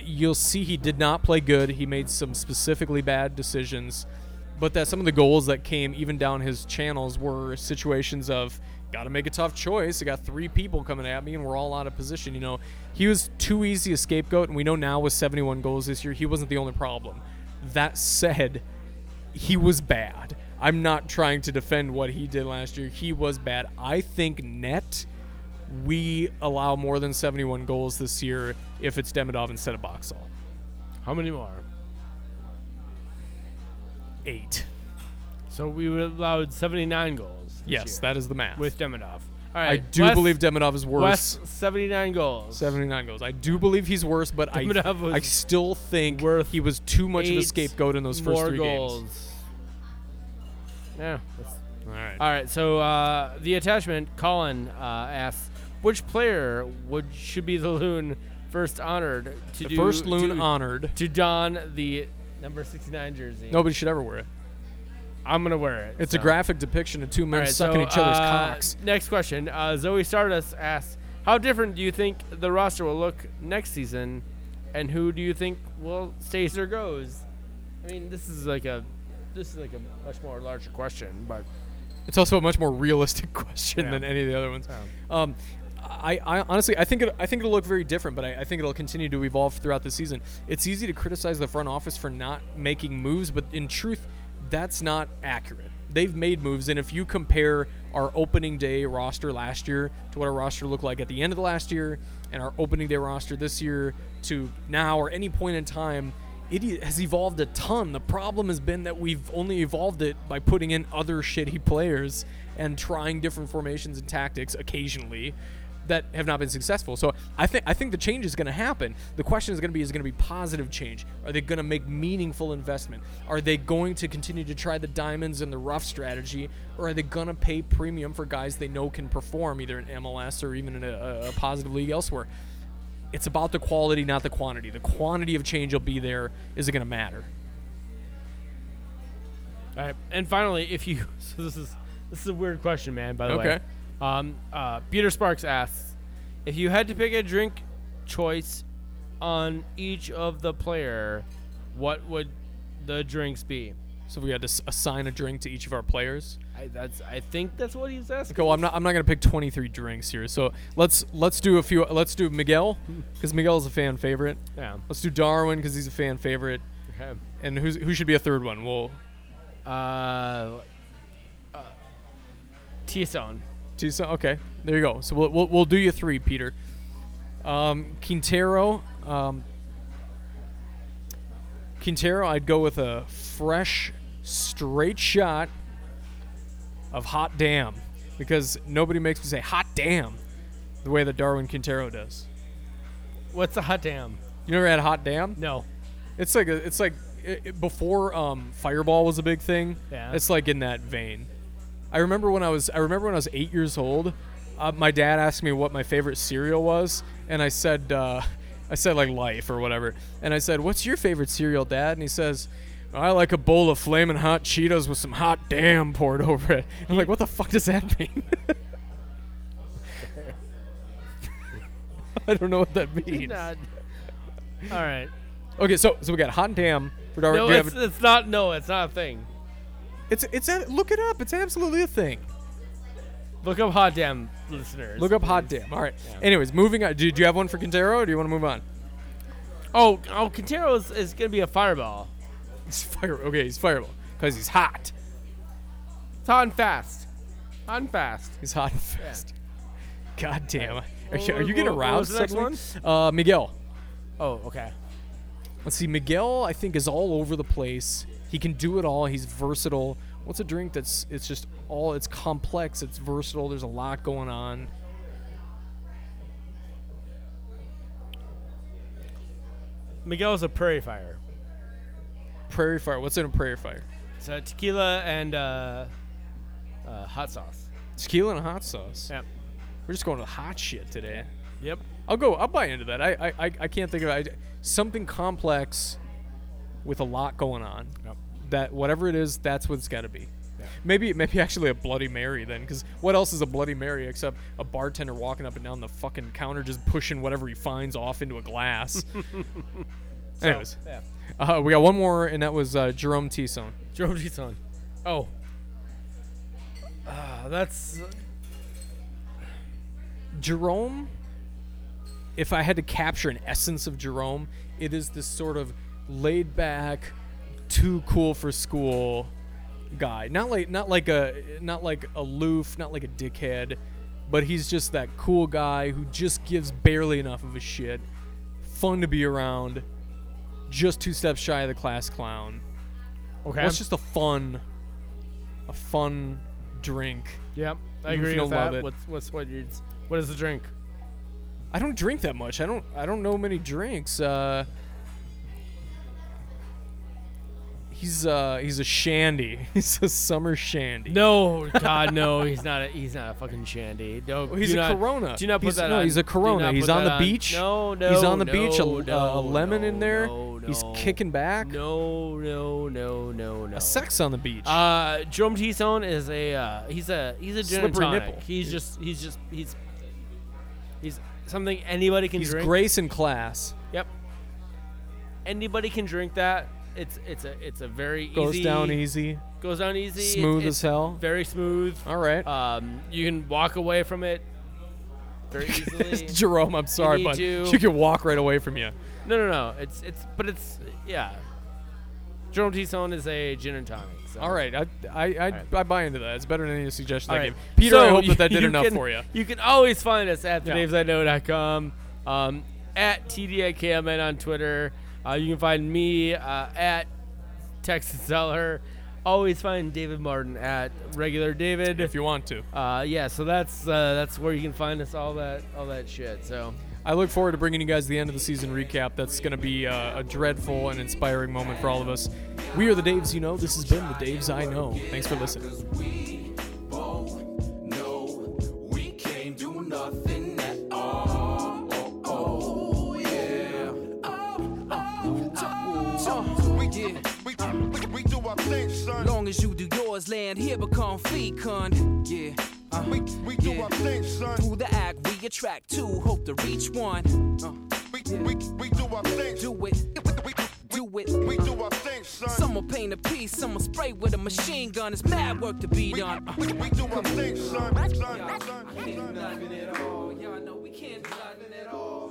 Speaker 1: you'll see he did not play good. He made some specifically bad decisions, but that some of the goals that came even down his channels were situations of got to make a tough choice. I got three people coming at me, and we're all out of position. You know, he was too easy a scapegoat, and we know now with 71 goals this year, he wasn't the only problem. That said, he was bad. I'm not trying to defend what he did last year. He was bad. I think net we allow more than 71 goals this year if it's Demidov instead of Boxall.
Speaker 2: How many more?
Speaker 1: Eight.
Speaker 2: So we were allowed 79 goals. this
Speaker 1: Yes,
Speaker 2: year
Speaker 1: that is the math.
Speaker 2: with Demidov. All right.
Speaker 1: I do
Speaker 2: Wes-
Speaker 1: believe Demidov is worse.
Speaker 2: Wes 79 goals.
Speaker 1: 79 goals. I do believe he's worse, but I,
Speaker 2: Demidov was
Speaker 1: I still think
Speaker 2: worth
Speaker 1: he was too much of a
Speaker 2: Eight
Speaker 1: scapegoat in those first
Speaker 2: more
Speaker 1: three
Speaker 2: goals.
Speaker 1: games.
Speaker 2: Yeah.
Speaker 1: All right.
Speaker 2: All right, so uh, the attachment, Colin uh, asks, which player would should be the loon first honored to
Speaker 1: the
Speaker 2: do,
Speaker 1: first loon
Speaker 2: to,
Speaker 1: honored.
Speaker 2: to don the number sixty nine jersey?
Speaker 1: Nobody should ever wear it.
Speaker 2: I'm gonna wear it.
Speaker 1: It's
Speaker 2: so.
Speaker 1: a graphic depiction of two men
Speaker 2: All right,
Speaker 1: sucking
Speaker 2: so,
Speaker 1: each other's
Speaker 2: uh,
Speaker 1: cocks.
Speaker 2: Next question, uh, Zoe Stardust asks, how different do you think the roster will look next season, and who do you think will stays or goes? I mean, this is like a this is like a much more larger question, but
Speaker 1: It's also a much more realistic question
Speaker 2: Yeah.
Speaker 1: than any of the other ones. Um, I, I honestly, I think it, I think it'll look very different, but I, I think it'll continue to evolve throughout the season. It's easy to criticize the front office for not making moves, but in truth, that's not accurate. They've made moves, and if you compare our opening day roster last year to what our roster looked like at the end of the last year, and our opening day roster this year to now or any point in time, it e, has evolved a ton. The problem has been that we've only evolved it by putting in other shitty players and trying different formations and tactics occasionally that have not been successful. So I think I think the change is going to happen. The question is going to be is it going to be positive change? Are they going to make meaningful investment? Are they going to continue to try the diamonds and the rough strategy or are they going to pay premium for guys they know can perform either in MLS or even in a, a positive league elsewhere? it's about the quality, not the quantity. The quantity of change will be there. Is it going to matter?
Speaker 2: All right. And finally, if you so this is this is a weird question, man. By the way,
Speaker 1: Okay.
Speaker 2: um, uh, Peter Sparks asks if you had to pick a drink choice on each of the player, what would the drinks be?
Speaker 1: So we had to s- assign a drink to each of our players.
Speaker 2: I, that's I think that's what he's asking.
Speaker 1: Go. I'm not. I'm not going to pick 23 drinks here. So let's let's do a few. Let's do Miguel because Miguel's a fan favorite.
Speaker 2: Yeah.
Speaker 1: Let's do Darwin because he's a fan favorite.
Speaker 2: Okay.
Speaker 1: And who's, who should be a third one? Well,
Speaker 2: Uh, uh T-Zone.
Speaker 1: Tisa. Okay. There you go. So we'll we'll, we'll do you three, Peter. Um, Quintero. Um, Quintero, I'd go with a fresh, straight shot of hot damn because nobody makes me say hot damn the way that Darwin Quintero does.
Speaker 2: What's a hot damn?
Speaker 1: You never had hot damn?
Speaker 2: No.
Speaker 1: It's like a, it's like i i- before um, Fireball was a big thing.
Speaker 2: Yeah.
Speaker 1: It's like in that vein. I remember when I was I remember when I was eight years old. Uh, my dad asked me what my favorite cereal was, and I said uh, I said like Life or whatever, and I said, "What's your favorite cereal, Dad?" And he says. I like a bowl of flaming hot Cheetos with some hot damn poured over it. I'm like, what the fuck does that mean? I don't know what that means.
Speaker 2: Not. All right.
Speaker 1: Okay, so so we got hot damn for Darwin.
Speaker 2: No,
Speaker 1: do you have
Speaker 2: it's, it's not. No, it's not a thing.
Speaker 1: It's it's a, look it up. It's absolutely a thing.
Speaker 2: Look up hot damn, listeners.
Speaker 1: Look up hot damn. All right. Anyways, moving on. Do, do you have one for Quintero? Or do you want to move on?
Speaker 2: Oh, oh, Quintero is, is gonna be a fireball.
Speaker 1: He's fire. Okay, he's fireball because he's hot.
Speaker 2: It's hot and fast. Hot and fast.
Speaker 1: He's hot and fast. God damn. Are you,
Speaker 2: What
Speaker 1: are
Speaker 2: was-
Speaker 1: you getting
Speaker 2: what- what
Speaker 1: aroused?
Speaker 2: was the next
Speaker 1: suddenly? Uh, Miguel.
Speaker 2: Oh, okay.
Speaker 1: Let's see. Miguel, I think, is all over the place. He can do it all. He's versatile. What's a drink that's it's just all it's complex. It's versatile. There's a lot going on.
Speaker 2: Miguel's a prairie fire.
Speaker 1: Prairie fire. What's in a prairie fire?
Speaker 2: So tequila and uh, uh, hot sauce.
Speaker 1: Tequila and hot sauce.
Speaker 2: Yep.
Speaker 1: We're just going to the hot shit today.
Speaker 2: Yep.
Speaker 1: I'll go. I'll buy into that. I I, I, I can't think of I, something complex with a lot going on.
Speaker 2: Yep.
Speaker 1: That whatever it is, that's what it's got to be. Maybe maybe actually a Bloody Mary then, because what else is a Bloody Mary except a bartender walking up and down the fucking counter just pushing whatever he finds off into a glass. Anyways,
Speaker 2: Yeah.
Speaker 1: uh, we got one more, and that was uh, Jerome Tison.
Speaker 2: Jerome Giton. Oh. Uh, that's
Speaker 1: Jerome, if I had to capture an essence of Jerome, it is this sort of laid back, too cool for school guy. Not like not like a not like aloof, not like a dickhead, but he's just that cool guy who just gives barely enough of a shit. Fun to be around, just two steps shy of the class clown.
Speaker 2: okay.
Speaker 1: Well, it's just a fun a fun drink.
Speaker 2: yep.
Speaker 1: Even
Speaker 2: I
Speaker 1: if
Speaker 2: agree
Speaker 1: you
Speaker 2: with
Speaker 1: don't love
Speaker 2: that.
Speaker 1: it.
Speaker 2: What's what's what you what is the drink?
Speaker 1: I don't drink that much. I don't. I don't know many drinks. Uh, he's uh, he's a shandy. He's a summer shandy.
Speaker 2: No, God, no. He's not. A, he's not a fucking shandy. No,
Speaker 1: he's
Speaker 2: do
Speaker 1: a
Speaker 2: not-
Speaker 1: Corona.
Speaker 2: Do not put
Speaker 1: He's-
Speaker 2: that
Speaker 1: no,
Speaker 2: on.
Speaker 1: he's a
Speaker 2: Do
Speaker 1: Corona.
Speaker 2: not
Speaker 1: He's
Speaker 2: put
Speaker 1: on
Speaker 2: that
Speaker 1: the beach.
Speaker 2: No, no.
Speaker 1: he's on the
Speaker 2: no,
Speaker 1: beach. A, a-
Speaker 2: no,
Speaker 1: a lemon in
Speaker 2: no,
Speaker 1: there.
Speaker 2: no,
Speaker 1: He's
Speaker 2: no.
Speaker 1: kicking back.
Speaker 2: No, no, no, no, no.
Speaker 1: A sex on the beach.
Speaker 2: Uh, Jerome Tison is a. Uh, he's a. He's a gin and
Speaker 1: Slippery
Speaker 2: tonic.
Speaker 1: nipple.
Speaker 2: He's just. He's just. He's. He's something anybody can
Speaker 1: he's
Speaker 2: drink.
Speaker 1: grace in class.
Speaker 2: Yep. Anybody can drink that. It's it's a it's a very
Speaker 1: Goes
Speaker 2: easy
Speaker 1: down easy.
Speaker 2: goes down easy It's-
Speaker 1: Smooth as
Speaker 2: it's
Speaker 1: hell. Uh,
Speaker 2: very smooth
Speaker 1: All right.
Speaker 2: um, you can walk away from it very easily.
Speaker 1: Jerome, I'm sorry,
Speaker 2: need
Speaker 1: but
Speaker 2: to-
Speaker 1: she can walk right away from you.
Speaker 2: no, no, no. It's it's but it's yeah. Jerome T. Stone is a gin and tonic. So.
Speaker 1: All right, I I, I,
Speaker 2: right.
Speaker 1: I buy into that. It's better than any suggestion
Speaker 2: All
Speaker 1: I
Speaker 2: right.
Speaker 1: gave. Peter, I
Speaker 2: So
Speaker 1: hope that that did
Speaker 2: you
Speaker 1: enough
Speaker 2: can-
Speaker 1: for you.
Speaker 2: You can always find us at
Speaker 1: Yeah.
Speaker 2: thenamesIknow.com, um, at TDIKMN on Twitter. Uh, you can find me uh, at Texas Seller. Always find David Martin at regular
Speaker 1: If
Speaker 2: David.
Speaker 1: you want to,
Speaker 2: Uh, yeah, so that's uh, that's where you can find us all that all that shit. So
Speaker 1: I look forward to bringing you guys the end of the season recap. That's going to be uh, a dreadful and inspiring moment for all of us. We are the Daves you know. This has been the Daves I know. Thanks for listening.
Speaker 4: Cause we both know we can't do nothing at all. Oh, oh, yeah. Oh, oh, oh, oh.
Speaker 8: We do, we, we, we do our thing, son.
Speaker 9: Long as you do yours, land here become free, con. Yeah. Uh,
Speaker 8: We, we do
Speaker 9: yeah.
Speaker 8: our thing, son.
Speaker 9: Through the act, we attract two, hope to reach one. Uh,
Speaker 8: We, we, we do our thing.
Speaker 9: do it,
Speaker 8: We, we,
Speaker 9: do it.
Speaker 8: we do our thing, son.
Speaker 9: Some will paint a piece, some will spray with a machine gun. It's mad work to be
Speaker 8: We,
Speaker 9: done. Uh,
Speaker 8: we, we do our thing, son. son, son, son.
Speaker 9: nothing at all. Y'all know we can't do nothing at all.
Speaker 8: Uh-huh.